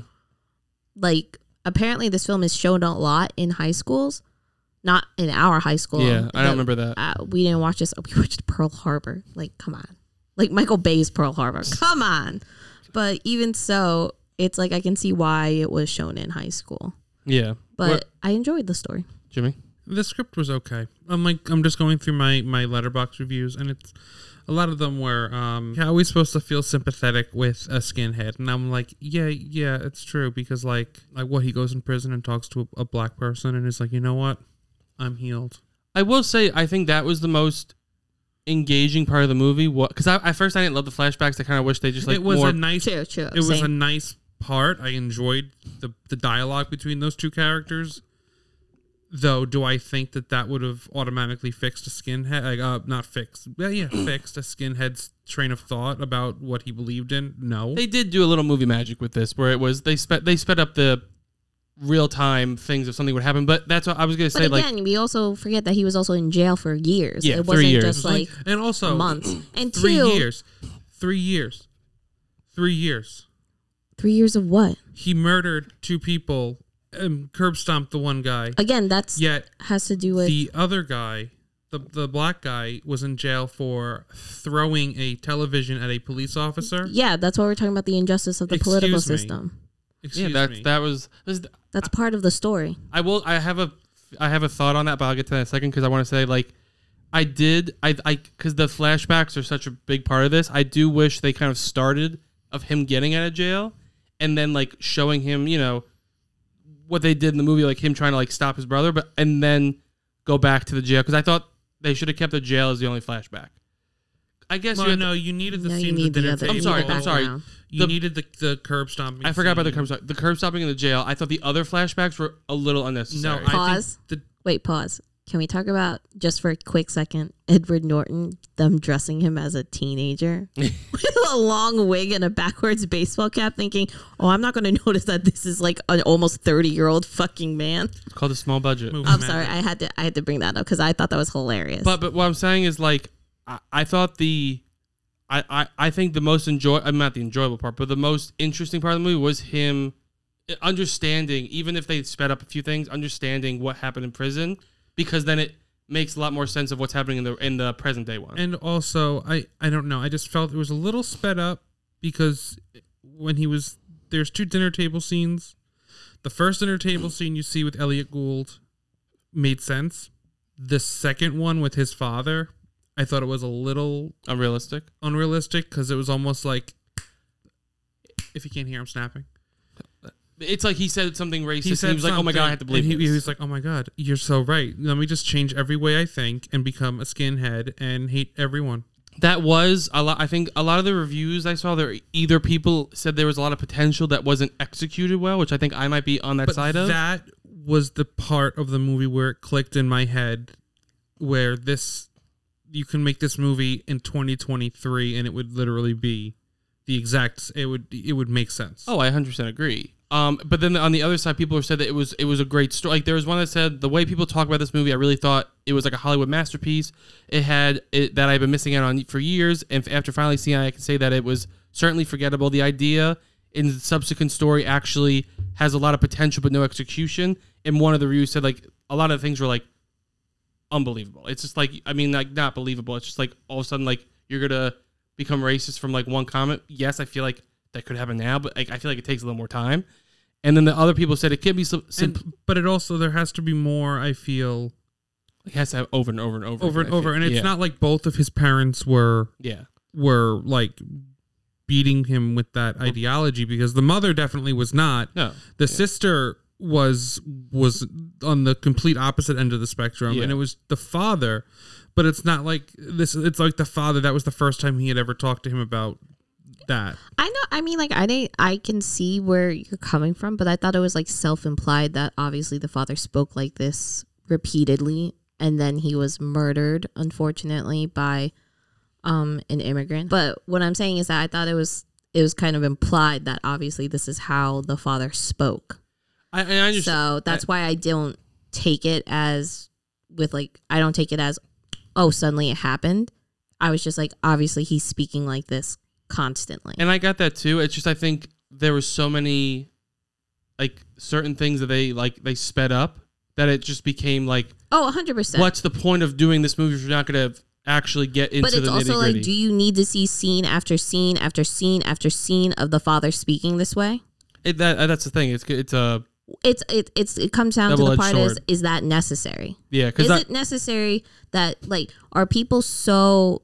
Speaker 5: like, apparently this film is shown a lot in high schools, not in our high school.
Speaker 3: Yeah, I
Speaker 5: The-
Speaker 3: don't remember that.
Speaker 5: uh, we didn't watch this. We watched Pearl Harbor. Like, come on. Like Michael Bay's Pearl Harbor. Come on. But even so, it's like I can see why it was shown in high school.
Speaker 3: Yeah,
Speaker 5: But
Speaker 3: What-
Speaker 5: I enjoyed the story.
Speaker 3: Jimmy,
Speaker 4: The script was okay. I'm like I'm just going through my my letterbox reviews, and it's a lot of them were um how are we supposed to feel sympathetic with a skinhead? And I'm like, yeah, yeah, it's true because like like what he goes in prison and talks to a, a black person and is like, you know what, I'm healed.
Speaker 3: I will say I think that was the most engaging part of the movie. What? Because I at first I didn't love the flashbacks. I kind of wish they just like
Speaker 4: it was
Speaker 3: more,
Speaker 4: a nice
Speaker 5: True, true.
Speaker 4: it was a
Speaker 5: Same.
Speaker 4: nice part. I enjoyed the the dialogue between those two characters. Though, do I think that that would have automatically fixed a skinhead? Like, uh, not fixed. Well, yeah, fixed a skinhead's train of thought about what he believed in. No,
Speaker 3: they did do a little movie magic with this, where it was they sped they sped up the real time things if something would happen. But that's what I was gonna
Speaker 5: But
Speaker 3: say. like
Speaker 5: again, we also forget that he was also in jail for years.
Speaker 3: Yeah,
Speaker 5: it
Speaker 3: three
Speaker 5: wasn't
Speaker 3: years.
Speaker 5: just like
Speaker 4: and also
Speaker 5: months. And
Speaker 4: three
Speaker 5: two,
Speaker 4: years, three years, three years.
Speaker 5: three years of what?
Speaker 4: He murdered two people, and curb stomped the one guy.
Speaker 5: Again, that's
Speaker 4: Yet
Speaker 5: has to do with
Speaker 4: the other guy, the the black guy, was in jail for throwing a television at a police officer.
Speaker 5: yeah. That's why we're talking about the injustice of the political
Speaker 4: Excuse me.
Speaker 5: system.
Speaker 4: Excuse
Speaker 3: yeah, that
Speaker 4: me.
Speaker 3: that was, was
Speaker 5: That's part of the story.
Speaker 3: I will. I have a. I have a thought on that, but I'll get to that in a second because I want to say like, I did. I I because the flashbacks are such a big part of this. I do wish they kind of started of him getting out of jail, and then like showing him, you know, what they did in the movie, like him trying to like stop his brother, but and then go back to the jail because I thought they should have kept the jail as the only flashback. I guess you
Speaker 4: Well,
Speaker 3: had
Speaker 4: no, you needed the
Speaker 5: No, you
Speaker 4: scenes
Speaker 5: need
Speaker 4: that
Speaker 5: the
Speaker 4: didn't
Speaker 5: other-
Speaker 4: fit
Speaker 5: you
Speaker 3: I'm
Speaker 4: in
Speaker 3: sorry.
Speaker 4: the
Speaker 5: need
Speaker 3: I'm
Speaker 4: world.
Speaker 3: sorry.
Speaker 5: background.
Speaker 4: You
Speaker 3: The-
Speaker 4: needed the the curb stomping.
Speaker 3: I forgot about the
Speaker 4: scene.
Speaker 3: curb stop. The curb stopping in the jail. I thought the other flashbacks were a little
Speaker 4: No,
Speaker 3: unnecessary.
Speaker 4: I
Speaker 5: Pause.
Speaker 4: think the
Speaker 5: Wait, pause. Can we talk about just for a quick second Edward Norton, them dressing him as a teenager with a long wig and a backwards baseball cap, thinking, "Oh, I'm not going to notice that this is like an almost 30 year old fucking man."
Speaker 3: it's called a small budget.
Speaker 4: movie
Speaker 5: I'm
Speaker 4: matter.
Speaker 5: sorry, I had to I had to bring that up because I thought that was hilarious.
Speaker 3: But but what I'm saying is like I, I thought the I, I I think the most enjoy I'm not the enjoyable part, but the most interesting part of the movie was him eh, understanding, even if they sped up a few things, understanding what happened in prison because then it makes a lot more sense of what's happening in the in the present day one.
Speaker 4: And also, I I don't know. I just felt it was a little sped up because when he was there's two dinner table scenes. The first dinner table scene you see with Elliot Gould made sense. The second one with his father, I thought it was a little
Speaker 3: Unrealistic.
Speaker 4: unrealistic because it was almost like if you can't hear, I'm snapping.
Speaker 3: It's like he said something racist. He, he was like, "Oh my god, I
Speaker 4: something,
Speaker 3: have to believe."
Speaker 4: And he, he
Speaker 3: this."
Speaker 4: was like, "Oh my god, you're so right. Let me just change every way I think and become a skinhead and hate everyone."
Speaker 3: that was a lot. I think a lot of the reviews I saw there, either people said there was a lot of potential that wasn't executed well, which I think I might be on that
Speaker 4: But
Speaker 3: side of.
Speaker 4: that was the part of the movie where it clicked in my head, where this you can make this movie in 2023 and it would literally be the exact. It would it would make sense.
Speaker 3: Oh, I 100% agree. Um, but then on the other side, people said that it was it was a great story. Like there was one that said the way people talk about this movie, I really thought it was like a Hollywood masterpiece. It had it, that I've been missing out on for years, and after finally seeing it, I can say that it was certainly forgettable. The idea in the subsequent story actually has a lot of potential, but no execution. And one of the reviews said like a lot of the things were like unbelievable. It's just like I mean, like not believable. It's just like all of a sudden, like you're gonna become racist from like one comment. Yes, I feel like that could happen now, but like I feel like it takes a little more time. And then the other people said it can be sim- sim-
Speaker 4: And- but it also there has to be more. I feel
Speaker 3: it has to have over and over and over
Speaker 4: over
Speaker 3: again,
Speaker 4: and
Speaker 3: I
Speaker 4: over,
Speaker 3: feel.
Speaker 4: and it's
Speaker 3: Yeah.
Speaker 4: not like both of his parents were
Speaker 3: yeah.
Speaker 4: were like beating him with that ideology because the mother definitely was not.
Speaker 3: Mm-hmm. No.
Speaker 4: The sister was was on the complete opposite end of the spectrum
Speaker 3: Yeah.
Speaker 4: and it was the father but it's not like this it's like the father that was the first time he had ever talked to him about that
Speaker 5: I know I mean, like I didn't. I can see where you're coming from, but I thought it was like self-implied that obviously the father spoke like this repeatedly, and then he was murdered, unfortunately, by um an immigrant. But what I'm saying is that I thought it was it was kind of implied that obviously this is how the father spoke.
Speaker 3: I, and I understand.
Speaker 5: So that's why I don't take it as with like I don't take it as oh suddenly it happened. I was just like obviously he's speaking like this constantly.
Speaker 3: And I got that too. It's just I think there was so many like certain things that they like they sped up that it just became like
Speaker 5: Oh, 100%.
Speaker 3: what's the point of doing this movie if you're not going to actually get into
Speaker 5: but it's
Speaker 3: the
Speaker 5: also
Speaker 3: nitty-gritty.
Speaker 5: like do you need to see scene after scene after scene after scene of the father speaking this way?
Speaker 3: it, that, that's the thing. It's it's uh,
Speaker 5: It's it it's it comes down to the
Speaker 3: Double-edged
Speaker 5: part is
Speaker 3: sword.
Speaker 5: is that necessary?
Speaker 3: yeah,
Speaker 5: Is
Speaker 3: because
Speaker 5: it necessary that like are people so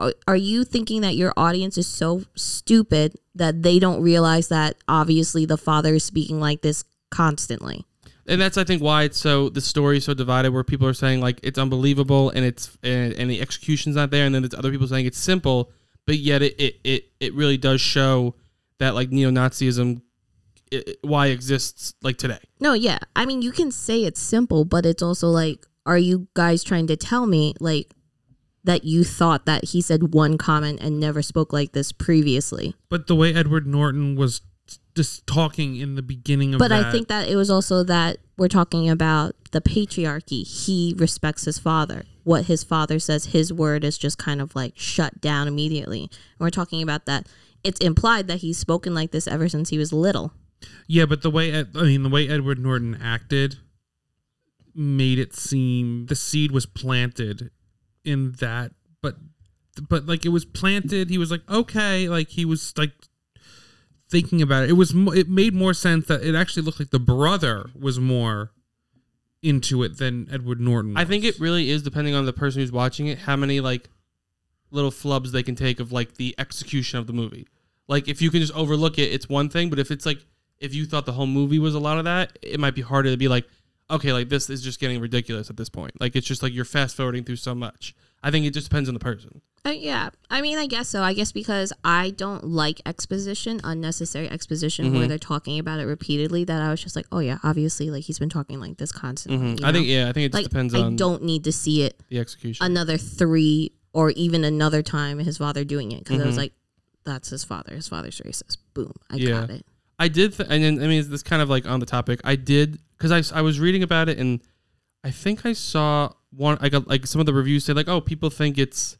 Speaker 5: are, are you thinking that your audience is so stupid that they don't realize that obviously the father is speaking like this constantly?
Speaker 3: and that's I think why it's so the story is so divided where people are saying like it's unbelievable and it's and, and the execution's not there and then it's other people saying it's simple but yet it it it, it really does show that like neo-Nazism it, it- why exists like today.
Speaker 5: No, yeah. I mean, you can say it's simple, but it's also like, are you guys trying to tell me, like, that you thought that he said one comment and never spoke like this previously?
Speaker 4: But the way Edward Norton was just talking in the beginning of
Speaker 5: But
Speaker 4: that,
Speaker 5: I think that it was also that we're talking about the patriarchy. He respects his father. What his father says, his word is just kind of like shut down immediately. And we're talking about that. It's implied that he's spoken like this ever since he was little.
Speaker 4: yeah, but the way Ed, I mean the way Edward Norton acted made it seem the seed was planted in that, but but like it was planted. He was like okay, like he was like thinking about it. It was mo- it made more sense that it actually looked like the brother was more into it than Edward Norton.
Speaker 3: I think
Speaker 4: was.
Speaker 3: it really is depending on the person who's watching it, how many like little flubs they can take of like the execution of the movie. Like if you can just overlook it, it's one thing, but if it's like if you thought the whole movie was a lot of that, it might be harder to be like, okay, like this is just getting ridiculous at this point. Like it's just like you're fast forwarding through so much. I think it just depends on the person.
Speaker 5: Uh, yeah, I mean, I guess so. I guess because I don't like exposition, unnecessary exposition where they're talking about it repeatedly. That I was just like, oh yeah, obviously, like he's been talking like this constantly. you
Speaker 3: I
Speaker 5: know?
Speaker 3: think yeah, I think it just
Speaker 5: like
Speaker 3: depends
Speaker 5: I
Speaker 3: on
Speaker 5: don't need to see it
Speaker 3: the execution.
Speaker 5: another three or even another time his father doing it because
Speaker 4: Mm-hmm.
Speaker 5: I was like, that's his father. His father's racist. Boom, I
Speaker 3: Yeah.
Speaker 5: got it.
Speaker 3: I did, th- and then I mean, this kind of like on the topic. I did because I, s- I was reading about it, and I think I saw one. I got like some of the reviews say like, oh, people think it's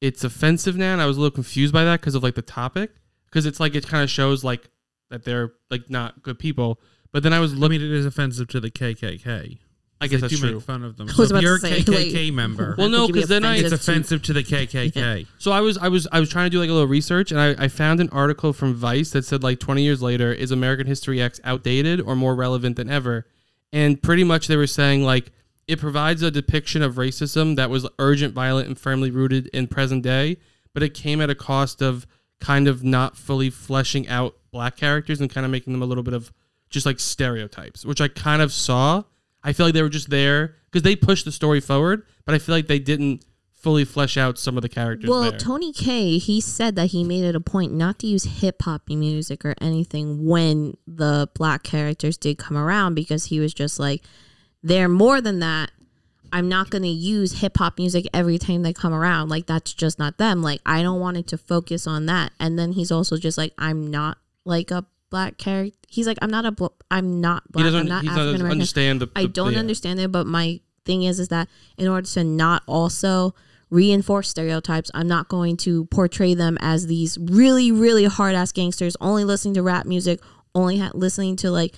Speaker 3: it's offensive now, and I was a little confused by that because of like the topic, because it's like it kind of shows like that they're like not good people. But then I was
Speaker 4: I
Speaker 3: looking.
Speaker 4: mean, it is offensive to the KKK.
Speaker 3: I guess
Speaker 4: they
Speaker 3: that's
Speaker 4: do
Speaker 3: true.
Speaker 4: make fun of them.
Speaker 5: was
Speaker 4: So if
Speaker 5: about to
Speaker 4: you're a
Speaker 5: say,
Speaker 4: KKK
Speaker 5: like-
Speaker 4: member,
Speaker 3: Well, no,
Speaker 5: think you'd be
Speaker 3: because then I-
Speaker 4: it's
Speaker 5: offended to-
Speaker 4: offensive to the KKK.
Speaker 3: So I was I was I was trying to do like a little research, and I, I found an article from Vice that said like 20 years later is American History X outdated or more relevant than ever, and pretty much they were saying like it provides a depiction of racism that was urgent, violent, and firmly rooted in present day, but it came at a cost of kind of not fully fleshing out black characters and kind of making them a little bit of just like stereotypes, which I kind of saw. I feel like they were just there because they pushed the story forward, but I feel like they didn't fully flesh out some of the characters.
Speaker 5: Well,
Speaker 3: there.
Speaker 5: Tony K, he said that he made it a point not to use hip hop music or anything when the black characters did come around because he was just like, they're more than that. I'm not going to use hip hop music every time they come around. Like, that's just not them. Like, I don't want it to focus on that. And then he's also just like, I'm not like a black character. He's like, I'm not a, bl- I'm not
Speaker 3: he
Speaker 5: black.
Speaker 3: doesn't,
Speaker 5: I'm not
Speaker 3: he
Speaker 5: African
Speaker 3: doesn't
Speaker 5: American.
Speaker 3: understand the.
Speaker 5: I
Speaker 3: the-
Speaker 5: don't
Speaker 3: yeah.
Speaker 5: understand it, but my thing is is that in order to not also reinforce stereotypes, I'm not going to portray them as these really really hard ass gangsters only listening to rap music, only ha- listening to like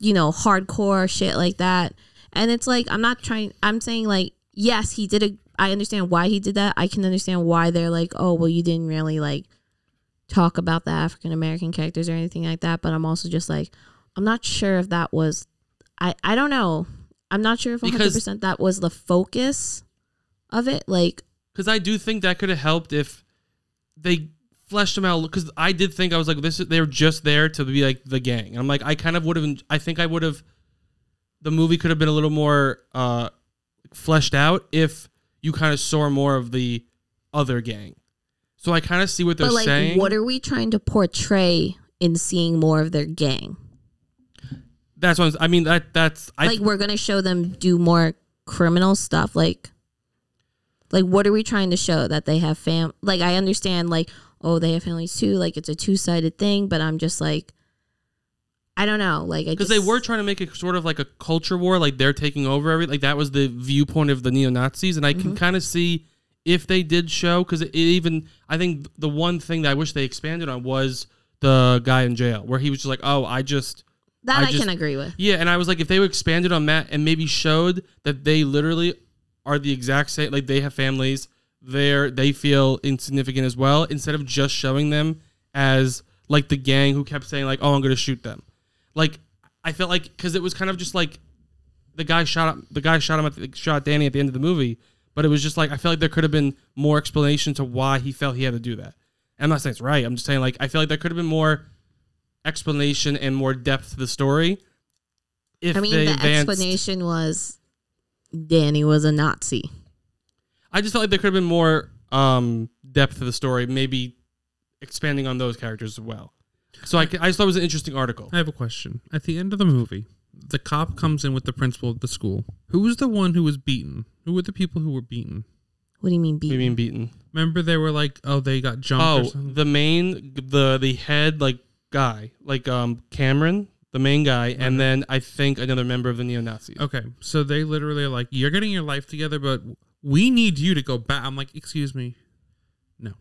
Speaker 5: you know hardcore shit like that. And it's like I'm not trying I'm saying like yes, he did a I understand why he did that. I can understand why they're like, "Oh, well you didn't really like talk about the African American characters or anything like that, but I'm also just like, I'm not sure if that was, I, I don't know. I'm not sure if 100%
Speaker 3: Because-
Speaker 5: that was the focus of it. Like,
Speaker 3: because I do think that could have helped if they fleshed them out. Because I did think I was like, this is they're just there to be like the gang. And I'm like, I kind of would have. I think I would have. The movie could have been a little more uh, fleshed out if you kind of saw more of the other gang. So I kind of see what they're
Speaker 5: but like,
Speaker 3: saying.
Speaker 5: what are we trying to portray in seeing more of their gang?
Speaker 3: that's what I'm, I mean. That that's I
Speaker 5: like we're gonna show them do more criminal stuff like like what are we trying to show that they have fam like i understand like oh they have families too like it's a two-sided thing but i'm just like i don't know like i
Speaker 3: because
Speaker 5: just
Speaker 3: they were trying to make it sort of like a culture war, like they're taking over everything. Like that was the viewpoint of the neo Nazis, and I
Speaker 5: Mm-hmm.
Speaker 3: can kind of see if they did show because it, it even I think the one thing that I wish they expanded on was the guy in jail where he was just like, oh, I just
Speaker 5: that
Speaker 3: I
Speaker 5: i,
Speaker 3: just-
Speaker 5: can agree with
Speaker 3: yeah, and I was like, if they expanded on that and maybe showed that they literally are the exact same, like they have families, they're they feel insignificant as well, instead of just showing them as like the gang who kept saying like, oh, I'm gonna shoot them, like I felt like because it was kind of just like the guy shot the guy shot him at the, shot Danny at the end of the movie, but it was just like I feel like there could have been more explanation to why he felt he had to do that. And I'm not saying it's right. I'm just saying like I feel like there could have been more explanation and more depth to the story. If
Speaker 5: i mean
Speaker 3: they
Speaker 5: the
Speaker 3: advanced,
Speaker 5: explanation was danny was a nazi
Speaker 3: I just felt like there could have been more um, depth to the story, maybe expanding on those characters as well. So I, c- I just thought it was an interesting article.
Speaker 4: I have a question. At the end of the movie, the cop comes in with the principal of the school. Who was the one who was beaten? Who were the people who were beaten?
Speaker 5: what do you mean
Speaker 3: What do
Speaker 5: be
Speaker 3: you mean beaten?
Speaker 4: Remember, they were like, "Oh, they got jumped." or
Speaker 3: Oh,
Speaker 4: something?
Speaker 3: the main the the head like guy, like um Cameron, the main guy, and then I think another member of the neo Nazis.
Speaker 4: Okay, so they literally are like, "You're getting your life together, but we need you to go back." I'm like, "Excuse me, no."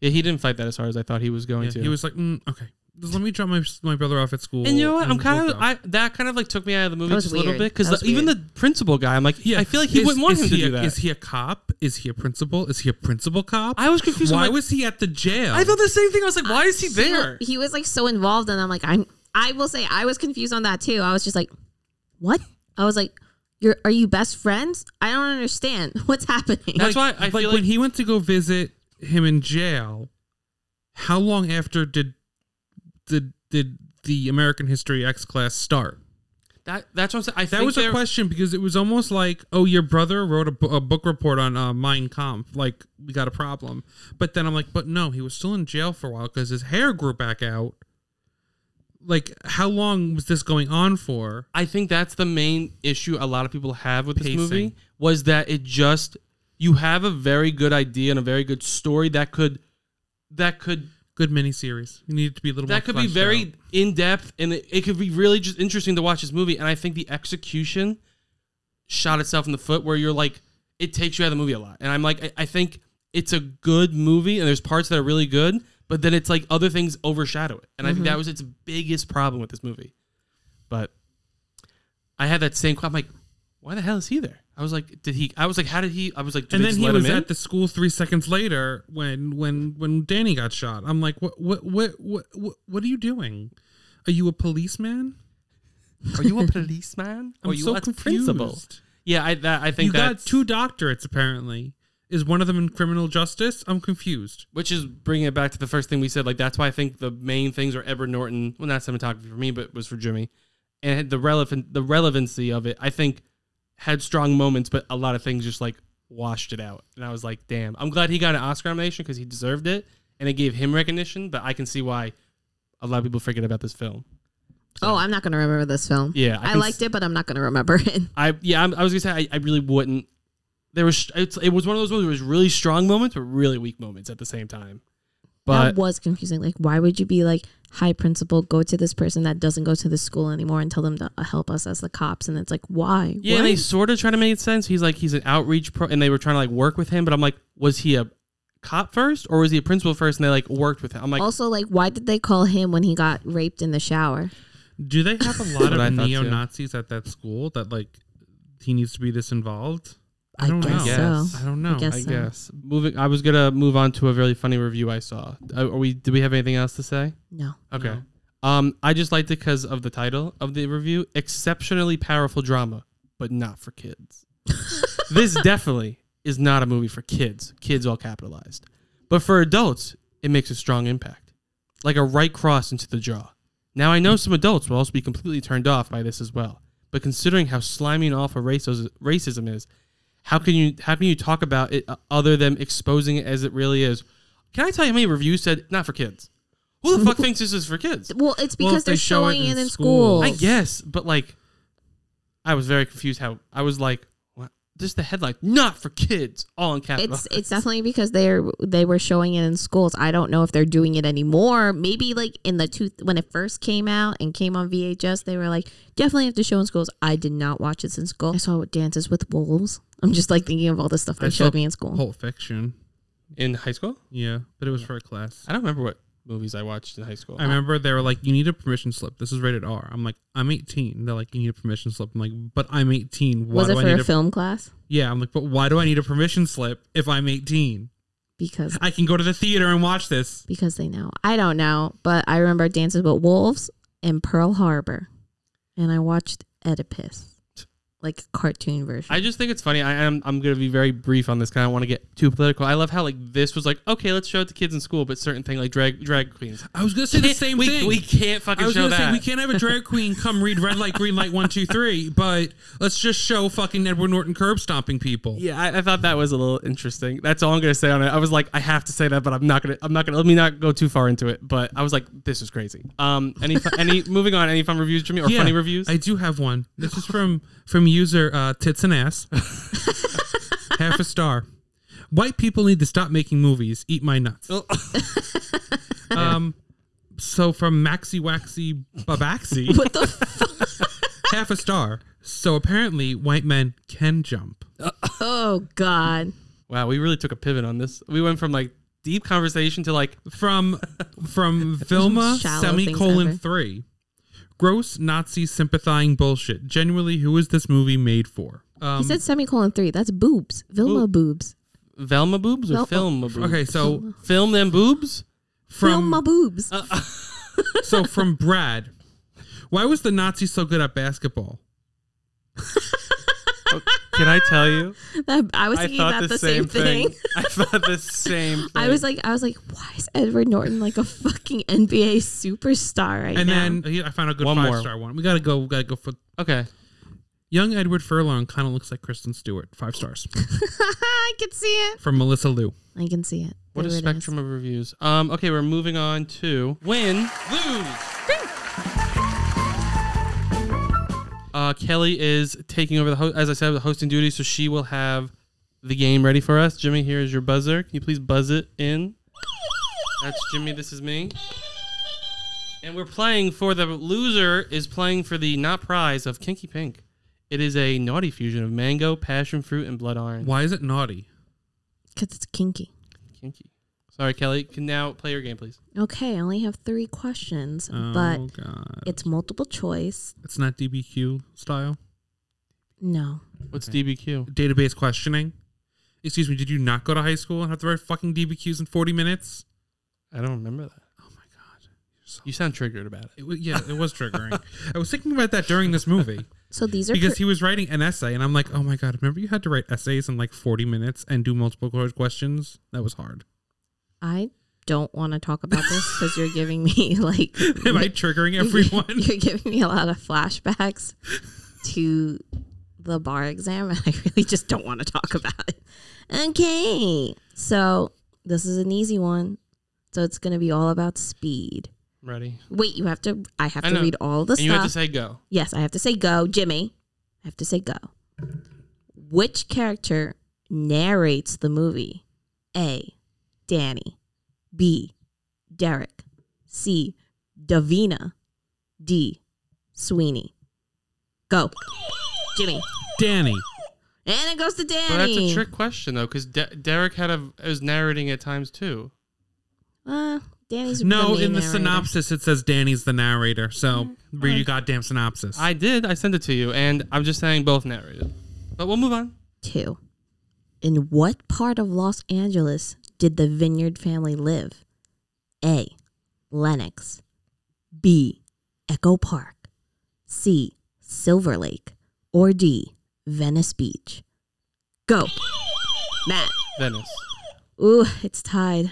Speaker 3: Yeah, he didn't fight that as hard as I thought he was going
Speaker 4: Yeah,
Speaker 3: to.
Speaker 4: he was like, mm, "Okay, just let me drop my my brother off at school."
Speaker 3: and you know what? I'm
Speaker 4: and
Speaker 3: kind
Speaker 4: we'll
Speaker 3: of
Speaker 4: go."
Speaker 3: I that kind of like took me out of the movie
Speaker 5: That was
Speaker 3: just a little
Speaker 5: weird.
Speaker 3: bit because
Speaker 5: That was
Speaker 3: even the
Speaker 5: weird.
Speaker 3: principal guy, I'm like, yeah, I feel like he
Speaker 4: Is-
Speaker 3: wouldn't want
Speaker 4: is
Speaker 3: him to
Speaker 4: he
Speaker 3: do
Speaker 4: a-
Speaker 3: that.
Speaker 4: Is he a cop? Is he a principal? Is he a principal cop?
Speaker 3: I was confused. I'm
Speaker 4: Why
Speaker 3: like-
Speaker 4: was he at the jail?
Speaker 3: I thought the same thing. I was like, why is he
Speaker 5: wa-
Speaker 3: there?
Speaker 5: he was like so involved and i'm like i'm i will say i was confused on that too i was just like what i was like you're are you best friends i don't understand what's happening
Speaker 3: That's why I
Speaker 4: like
Speaker 3: feel
Speaker 4: when
Speaker 3: like
Speaker 4: he went to go visit him in jail. How long after did did did the American History X class start?
Speaker 3: that, that's what I'm saying. I
Speaker 4: That
Speaker 3: think
Speaker 4: was a
Speaker 3: they're-
Speaker 4: question because it was almost like, oh, your brother wrote a, bu- a book report on uh, Mein Kampf. Like, we got a problem. But then I'm like, but no, he was still in jail for a while because his hair grew back out. Like, how long was this going on for?
Speaker 3: I think that's the main issue a lot of people have with
Speaker 4: Pacing.
Speaker 3: this movie was that it just you have a very good idea and a very good story that could that could
Speaker 4: Good miniseries. You needed to be a little. more
Speaker 3: that could be
Speaker 4: fleshed out.
Speaker 3: very in depth and it, it could be really just interesting to watch this movie and i think the execution shot itself in the foot where you're like it takes you out of the movie a lot and i'm like i, I think it's a good movie and there's parts that are really good but then it's like other things overshadow it and i
Speaker 4: Mm-hmm.
Speaker 3: think that was its biggest problem with this movie but i had that same i'm like why the hell is he there i was like did he i was like how did he i was like did
Speaker 4: and
Speaker 3: they
Speaker 4: then
Speaker 3: just
Speaker 4: he
Speaker 3: let
Speaker 4: was
Speaker 3: him in?
Speaker 4: at the school three seconds later when when when Danny got shot. I'm like, what what what what what, what are you doing? Are you a policeman?
Speaker 3: are you a policeman
Speaker 4: I'm
Speaker 3: are you
Speaker 4: so
Speaker 3: a
Speaker 4: confused.
Speaker 3: principal yeah i that, i think
Speaker 4: You got
Speaker 3: that's-
Speaker 4: two doctorates apparently. Is one of them in criminal justice? I'm confused.
Speaker 3: which is bringing it back to the first thing we said. Like that's why I think the main things are Edward Norton. Well, not cinematography for me, but it was for Jimmy, and the relevant the relevancy of it. I think had strong moments, but a lot of things just like washed it out. And I was like, damn, I'm glad he got an Oscar nomination because he deserved it, and it gave him recognition. But I can see why a lot of people forget about this film.
Speaker 5: oh i'm not gonna remember this film
Speaker 3: Yeah, I
Speaker 5: i,
Speaker 3: can
Speaker 5: liked it but i'm not gonna remember it
Speaker 3: I yeah, I'm, I was gonna say I, I really wouldn't. There was it's, it was one of those ones where it was really strong moments, but really weak moments at the same time. But
Speaker 5: that was confusing like why would you be like hi principal go to this person that doesn't go to the school anymore and tell them to uh, help us as the cops and it's like why
Speaker 3: Yeah, and they
Speaker 5: What?
Speaker 3: sort of try to make it sense. He's like he's an outreach pro, and they were trying to like work with him. But I'm like, was he a cop first, or was he a principal first? And they like worked with him. I'm like,
Speaker 5: also like why did they call him when he got raped in the shower
Speaker 4: Do they have a
Speaker 3: That's
Speaker 4: lot
Speaker 3: what I
Speaker 4: of
Speaker 3: thought, too.
Speaker 4: neo Nazis at that school that like he needs to be this involved? I
Speaker 5: I
Speaker 4: don't
Speaker 5: guess
Speaker 4: know.
Speaker 5: so.
Speaker 4: I don't know.
Speaker 5: I guess
Speaker 3: I
Speaker 5: so.
Speaker 3: guess moving. I was gonna move on to a really funny review I saw. Uh, Are we? Do we have anything else to say?
Speaker 5: no
Speaker 4: Uh,
Speaker 3: Okay. Um, I just liked it because of the title of the review: exceptionally powerful drama, but not for kids. this definitely is not a movie for kids. Kids all capitalized, but for adults, it makes a strong impact, like a right cross into the jaw. Now I know some adults will also be completely turned off by this as well. But considering how slimy and awful racism racism is, how can you how can you talk about it uh, other than exposing it as it really is? Can I tell you how many reviews said not for kids? Who the fuck thinks this is for kids?
Speaker 5: Well, it's
Speaker 4: Well,
Speaker 5: because
Speaker 4: if they
Speaker 5: they're
Speaker 4: show it
Speaker 5: showing
Speaker 4: in
Speaker 5: it in
Speaker 4: schools.
Speaker 5: schools.
Speaker 3: I guess, but like, I was very confused. How I was like, what? Just the headline, not for kids, all in capital.
Speaker 5: It's it's definitely because they're they were showing it in schools. I don't know if they're doing it anymore. Maybe like in the two when it first came out and came on VHS, they were like definitely have to show in schools. I did not watch this in school. I saw Dances with Wolves. I'm just like thinking of all the stuff they
Speaker 4: I
Speaker 5: showed
Speaker 4: saw
Speaker 5: me in school.
Speaker 4: Pulp Fiction.
Speaker 3: in high school.
Speaker 4: Yeah, but it was for a class.
Speaker 3: I don't remember what movies I watched in high school.
Speaker 4: I remember they were like, "You need a permission slip. This is rated R." I'm like, "I'm 18." They're like, "You need a permission slip." I'm like, "But I'm 18. Why
Speaker 5: was
Speaker 4: do
Speaker 5: it
Speaker 4: I
Speaker 5: for
Speaker 4: need
Speaker 5: a film class?
Speaker 4: Yeah, I'm like, "But why do I need a permission slip if I'm 18?
Speaker 5: Because
Speaker 4: I can go to the theater and watch this."
Speaker 5: because they know. I don't know, but I remember Dances with Wolves and Pearl Harbor, and I watched Oedipus, like cartoon version.
Speaker 3: I just think it's funny. I am I'm gonna be very brief on this because I don't want to get too political. I love how like this was like okay, let's show it to kids in school, but certain thing like drag drag queens.
Speaker 4: I was gonna say the
Speaker 3: Can't-
Speaker 4: same
Speaker 3: we,
Speaker 4: thing.
Speaker 3: We can't fucking
Speaker 4: I was
Speaker 3: show
Speaker 4: gonna
Speaker 3: that.
Speaker 4: say we can't have a drag queen come read red light, green light, one, two, three. But let's just show fucking Edward Norton curb stomping people.
Speaker 3: Yeah, I, I thought that was a little interesting. That's all I'm gonna say on it. I was like, I have to say that, but I'm not gonna. I'm not gonna. Let me not go too far into it. But I was like, this is crazy. Um, any fu- any moving on? Any fun reviews, Jimmy, or
Speaker 4: Yeah,
Speaker 3: funny reviews?
Speaker 4: I do have one. This is from from user uh, tits and ass. Half a star. White people need to stop making movies. Eat my nuts.
Speaker 5: Oh.
Speaker 4: um, so from Maxi Waxy Babaxi.
Speaker 5: what the fuck?
Speaker 4: half a star. So apparently, white men can jump.
Speaker 5: Oh God.
Speaker 3: wow, we really took a pivot on this. We went from like deep conversation to like
Speaker 4: From from Vilma
Speaker 5: Shallow things ever.
Speaker 4: semicolon three. Gross Nazi sympathizing bullshit. Genuinely, who is this movie made for? Um,
Speaker 5: He said semicolon three. That's boobs. Vilma boobs.
Speaker 3: Velma boobs or
Speaker 5: Vel-
Speaker 3: film boobs.
Speaker 4: okay, so
Speaker 3: film them boobs.
Speaker 4: from
Speaker 5: Vilma boobs.
Speaker 4: So from Brad, why was the Nazi so good at basketball?
Speaker 3: Can I tell you?
Speaker 5: That- I was thinking about the, same, thing.
Speaker 3: I thought the same. thing.
Speaker 5: I was like, I was like, why is Edward Norton like a fucking NBA superstar right
Speaker 4: And
Speaker 5: now?
Speaker 4: then he- I found a good
Speaker 3: One
Speaker 4: five
Speaker 3: more.
Speaker 4: star one. We gotta go. We gotta go for
Speaker 3: okay.
Speaker 4: young Edward Furlong. Kind of looks like Kristen Stewart. Five stars
Speaker 5: I can see it.
Speaker 4: from Melissa Liu.
Speaker 5: I can see it.
Speaker 3: What a
Speaker 5: There it is.
Speaker 3: spectrum of reviews. Um, okay, we're moving on to win, lose. Uh, Kelly is taking over the host, as I said, the hosting duty, so she will have the game ready for us. Jimmy, here is your buzzer. Can you please buzz it in? That's Jimmy. This is me. And we're playing for the loser is playing for the not prize of Kinky Pink. It is a naughty fusion of mango, passion fruit, and blood orange.
Speaker 4: Why is it naughty?
Speaker 5: Cause it's kinky.
Speaker 3: Kinky. Sorry, Kelly. Can now play your game, please.
Speaker 5: Okay, I only have three questions,
Speaker 4: oh
Speaker 5: but
Speaker 4: god,
Speaker 5: it's multiple choice.
Speaker 4: it's not DBQ style
Speaker 5: No.
Speaker 3: What's DBQ?
Speaker 4: database questioning. Excuse me, did you not go to high school and have to write fucking DBQs in forty minutes?
Speaker 3: I don't remember that.
Speaker 4: Oh my god,
Speaker 3: You sound triggered about it.
Speaker 4: it was, yeah, it was triggering. I was thinking about that during this movie.
Speaker 5: So these are
Speaker 4: because
Speaker 5: cor-
Speaker 4: he was writing an essay, and I'm like, oh my god, remember you had to write essays in like 40 minutes and do multiple choice questions? That was hard.
Speaker 5: I don't want to talk about this because you're giving me like
Speaker 4: Am I triggering everyone?
Speaker 5: You're giving me a lot of flashbacks to the bar exam, and I really just don't want to talk about it. Okay, so this is an easy one. So it's going to be all about speed.
Speaker 3: Ready?
Speaker 5: Wait, you have to. I have
Speaker 3: I
Speaker 5: to
Speaker 3: know.
Speaker 5: read all the
Speaker 3: and you
Speaker 5: stuff.
Speaker 3: have to say go.
Speaker 5: yes, I have to say go, Jimmy. I have to say go. Which character narrates the movie? A. Danny. B. Derek. C. Davina. D. Sweeney. Go. Jimmy.
Speaker 4: Danny.
Speaker 5: And it goes to Danny.
Speaker 3: But that's a trick question though, because De- Derek had a was narrating at times too.
Speaker 5: Uh, Danny's
Speaker 4: No,
Speaker 5: main
Speaker 4: in
Speaker 5: narrator.
Speaker 4: the
Speaker 5: Mm-hmm.
Speaker 4: synopsis, it says Danny's the narrator. So read your goddamn synopsis.
Speaker 3: I did. I sent it to you, and I'm just saying both narrated. But we'll move on.
Speaker 5: Two. In what part of Los Angeles did the Vineyard family live? A. Lenox. B. Echo Park. C. Silver Lake. Or D. Venice Beach. Go. Matt.
Speaker 3: Venice.
Speaker 5: Ooh, it's tied.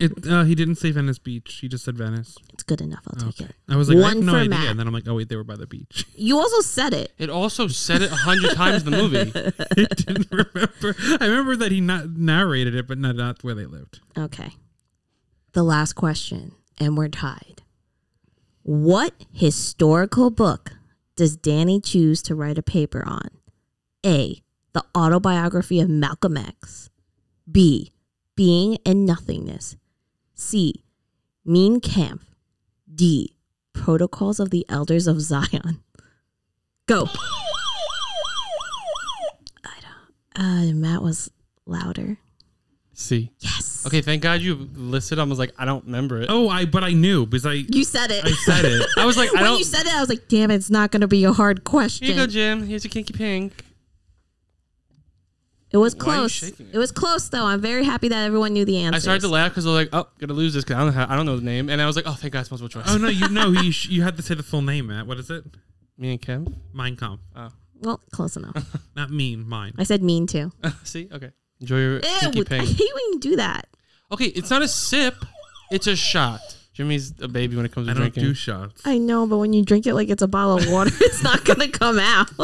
Speaker 4: it, uh, he didn't say Venice Beach. He just said Venice.
Speaker 5: It's good enough. I'll take
Speaker 4: Okay.
Speaker 5: it.
Speaker 4: I was like, I have
Speaker 5: One
Speaker 4: no
Speaker 5: for
Speaker 4: idea.
Speaker 5: Matt.
Speaker 4: And then I'm like, oh, wait, they were by the beach.
Speaker 5: You also said it.
Speaker 3: It also said it a hundred times in the movie.
Speaker 4: I didn't remember. I remember that he not narrated it, but not, not where they lived.
Speaker 5: Okay. the last question, and we're tied. What historical book does Danny choose to write a paper on? A. The autobiography of Malcolm X. B. Being and Nothingness. C. Mean Camp. D. Protocols of the Elders of Zion. Go. I don't. Uh, Matt was louder.
Speaker 3: C.
Speaker 5: Yes.
Speaker 3: Okay, thank God you listed. I was like, I don't remember it.
Speaker 4: Oh, I but I knew because I
Speaker 5: You said it.
Speaker 4: I said it.
Speaker 3: I was like, I
Speaker 5: when
Speaker 3: don't.
Speaker 5: you said it, I was like, damn, it's not going to be a hard
Speaker 3: Here you go,
Speaker 5: question.
Speaker 3: Jim. Here's your kinky pink.
Speaker 5: It was
Speaker 3: Why are you
Speaker 5: close.
Speaker 3: shaking
Speaker 5: It
Speaker 3: it?
Speaker 5: was close, though. I'm very happy that everyone knew the answer.
Speaker 3: I started to laugh because I was like, oh, gonna lose this because I don't know, how, I don't know the name. And I was like, oh, thank God, it's multiple choice.
Speaker 4: oh no, you know you sh- you had to say the full name, Matt. What is it?
Speaker 3: Me and Kev.
Speaker 4: Mein Kampf.
Speaker 5: Uh. Well, close enough.
Speaker 4: Not mean, mine.
Speaker 5: I said mean too.
Speaker 3: See, okay. Enjoy your
Speaker 5: Ew,
Speaker 3: kinky
Speaker 5: I
Speaker 3: pink.
Speaker 5: hate when you do that.
Speaker 3: Okay, it's not a sip, it's a shot. Jimmy's a baby when it comes to
Speaker 4: I don't
Speaker 3: drinking.
Speaker 4: do shots.
Speaker 5: I know, but when you drink it like it's a bottle of water, it's not going to come out.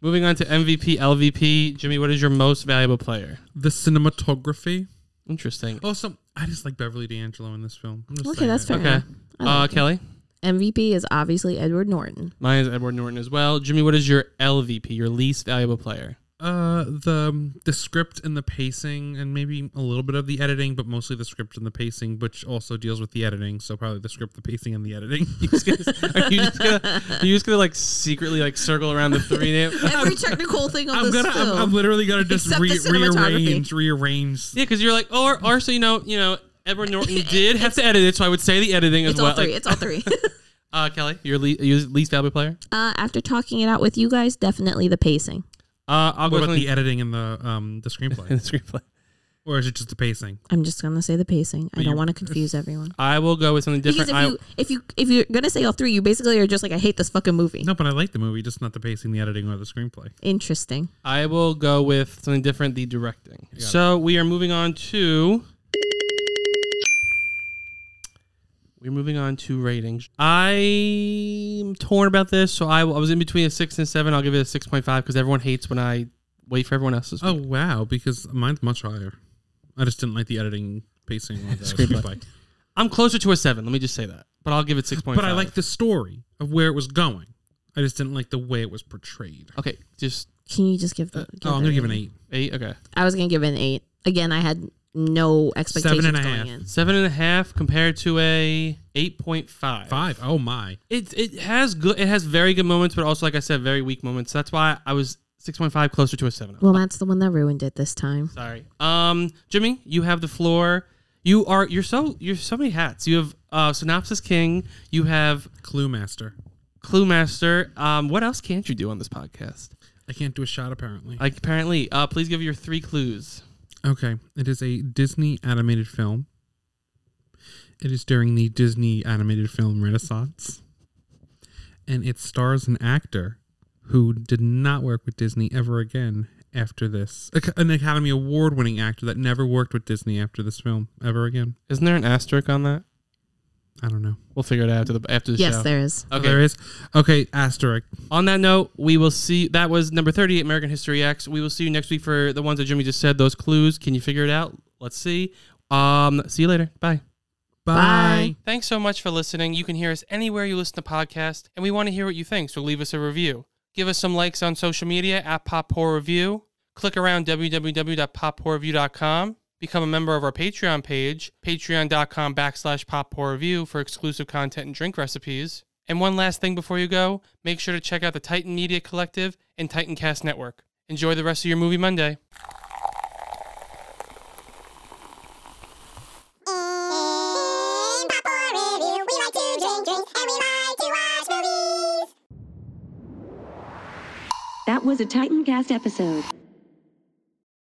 Speaker 3: Moving on to MVP, LVP. Jimmy, what is your most valuable player?
Speaker 4: The cinematography.
Speaker 3: Interesting.
Speaker 5: Oh,
Speaker 4: Also, I just like Beverly D'Angelo in this film. I'm just
Speaker 5: okay,
Speaker 4: saying
Speaker 5: that's
Speaker 4: it.
Speaker 5: fair.
Speaker 3: Okay.
Speaker 5: enough. I like
Speaker 3: uh,
Speaker 5: it.
Speaker 3: Kelly?
Speaker 5: MVP is obviously Edward Norton.
Speaker 3: Mine is Edward Norton as well. Jimmy, what is your LVP, your least valuable player?
Speaker 4: Uh, the the script and the pacing, and maybe a little bit of the editing, but mostly the script and the pacing, which also deals with the editing. So probably the script, the pacing, and the editing.
Speaker 3: Are you just gonna, are you just gonna like secretly like circle around the three name?
Speaker 5: Every technical thing on
Speaker 4: I'm
Speaker 5: this
Speaker 4: gonna, I'm,
Speaker 5: film.
Speaker 4: I'm literally gonna just
Speaker 5: Except
Speaker 4: re-
Speaker 5: the cinematography.
Speaker 4: rearrange, rearrange.
Speaker 3: Yeah, because you're like, oh, or, or so you know, you know, Edward Norton did have to edit it, so I would say the editing as
Speaker 5: it's
Speaker 3: well.
Speaker 5: all three.
Speaker 3: Like,
Speaker 5: it's all three.
Speaker 3: uh, Kelly, your, le- your least valuable player.
Speaker 5: uh, after talking it out with you guys, definitely the pacing.
Speaker 3: Uh, I'll
Speaker 4: What
Speaker 3: go
Speaker 4: about
Speaker 3: with
Speaker 4: the editing and the um the screenplay,
Speaker 3: the screenplay.
Speaker 4: or is it just the pacing?
Speaker 5: I'm just gonna say the pacing. I
Speaker 4: you-
Speaker 5: don't want to confuse everyone.
Speaker 3: I will go with something
Speaker 5: Because
Speaker 3: different. I,
Speaker 5: if you if you if you're gonna say all three, you basically are just like I hate this fucking movie.
Speaker 4: No, but I like the movie, just not the pacing, the editing, or the screenplay.
Speaker 5: Interesting.
Speaker 3: I will go with something different, the directing. So we are moving on to. We're moving on to ratings. I'm torn about this, so I, I was in between a six and seven. I'll give it a six point five because everyone hates when I wait for everyone else's.
Speaker 4: Oh wow, because mine's much higher. I just didn't like the editing, pacing, or the
Speaker 3: Screenplay.
Speaker 4: screenplay.
Speaker 3: I'm closer to a seven. Let me just say that, but I'll give it six point
Speaker 4: But
Speaker 3: five.
Speaker 4: I like the story of where it was going. I just didn't like the way it was portrayed.
Speaker 3: Okay, just
Speaker 5: Can you just give the?
Speaker 4: Oh, I'm
Speaker 5: the
Speaker 4: gonna give an
Speaker 5: rating?
Speaker 4: eight.
Speaker 3: eight. Okay,
Speaker 5: I was gonna give it an eight. Again, I had no expectations
Speaker 4: Seven and a
Speaker 5: going
Speaker 4: half.
Speaker 5: in.
Speaker 3: seven and a half compared to a eight point five.
Speaker 4: Five. Oh my.
Speaker 3: It it has good. It has very good moments, but also like I said, very weak moments. That's why I was six point five closer to a seven.
Speaker 5: Well, that's the one that ruined it this time.
Speaker 3: Sorry, um, Jimmy, you have the floor. You are you're so you're so many hats. You have uh, synopsis king. You have
Speaker 4: Clue master.
Speaker 3: clue master. Um, what else can't you do on this podcast?
Speaker 4: I can't do a shot apparently.
Speaker 3: Like apparently, uh, please give your three clues.
Speaker 4: Okay. It is a Disney animated film. It is during the Disney animated film Renaissance. And it stars an actor who did not work with Disney ever again after this. Ac- An Academy Award winning actor that never worked with Disney after this film ever again.
Speaker 3: Isn't there an asterisk on that?
Speaker 4: I don't know.
Speaker 3: We'll figure it out after the after the
Speaker 5: Yes,
Speaker 3: show.
Speaker 5: there is.
Speaker 4: Oh,
Speaker 3: Okay.
Speaker 4: There is. Okay, asterisk.
Speaker 3: On that note, we will see. That was number 38, American History X. We will see you next week for the ones that Jimmy just said, those clues. Can you figure it out? Let's see. Um, see you later. Bye.
Speaker 5: Bye.
Speaker 3: Thanks so much for listening. You can hear us anywhere you listen to podcasts, and we want to hear what you think, so leave us a review. Give us some likes on social media at Pop Horror Review. Click around www.pophorrorreview.com. Become a member of our Patreon page, patreon.com backslash Pop Horror Review for exclusive content and drink recipes. And one last thing before you go, make sure to check out the Titan Media Collective and Titan Cast Network. Enjoy the rest of your movie Monday.
Speaker 8: In Pop War Review, we like to drink drinks and we like to watch movies.
Speaker 9: That was a Titancast episode.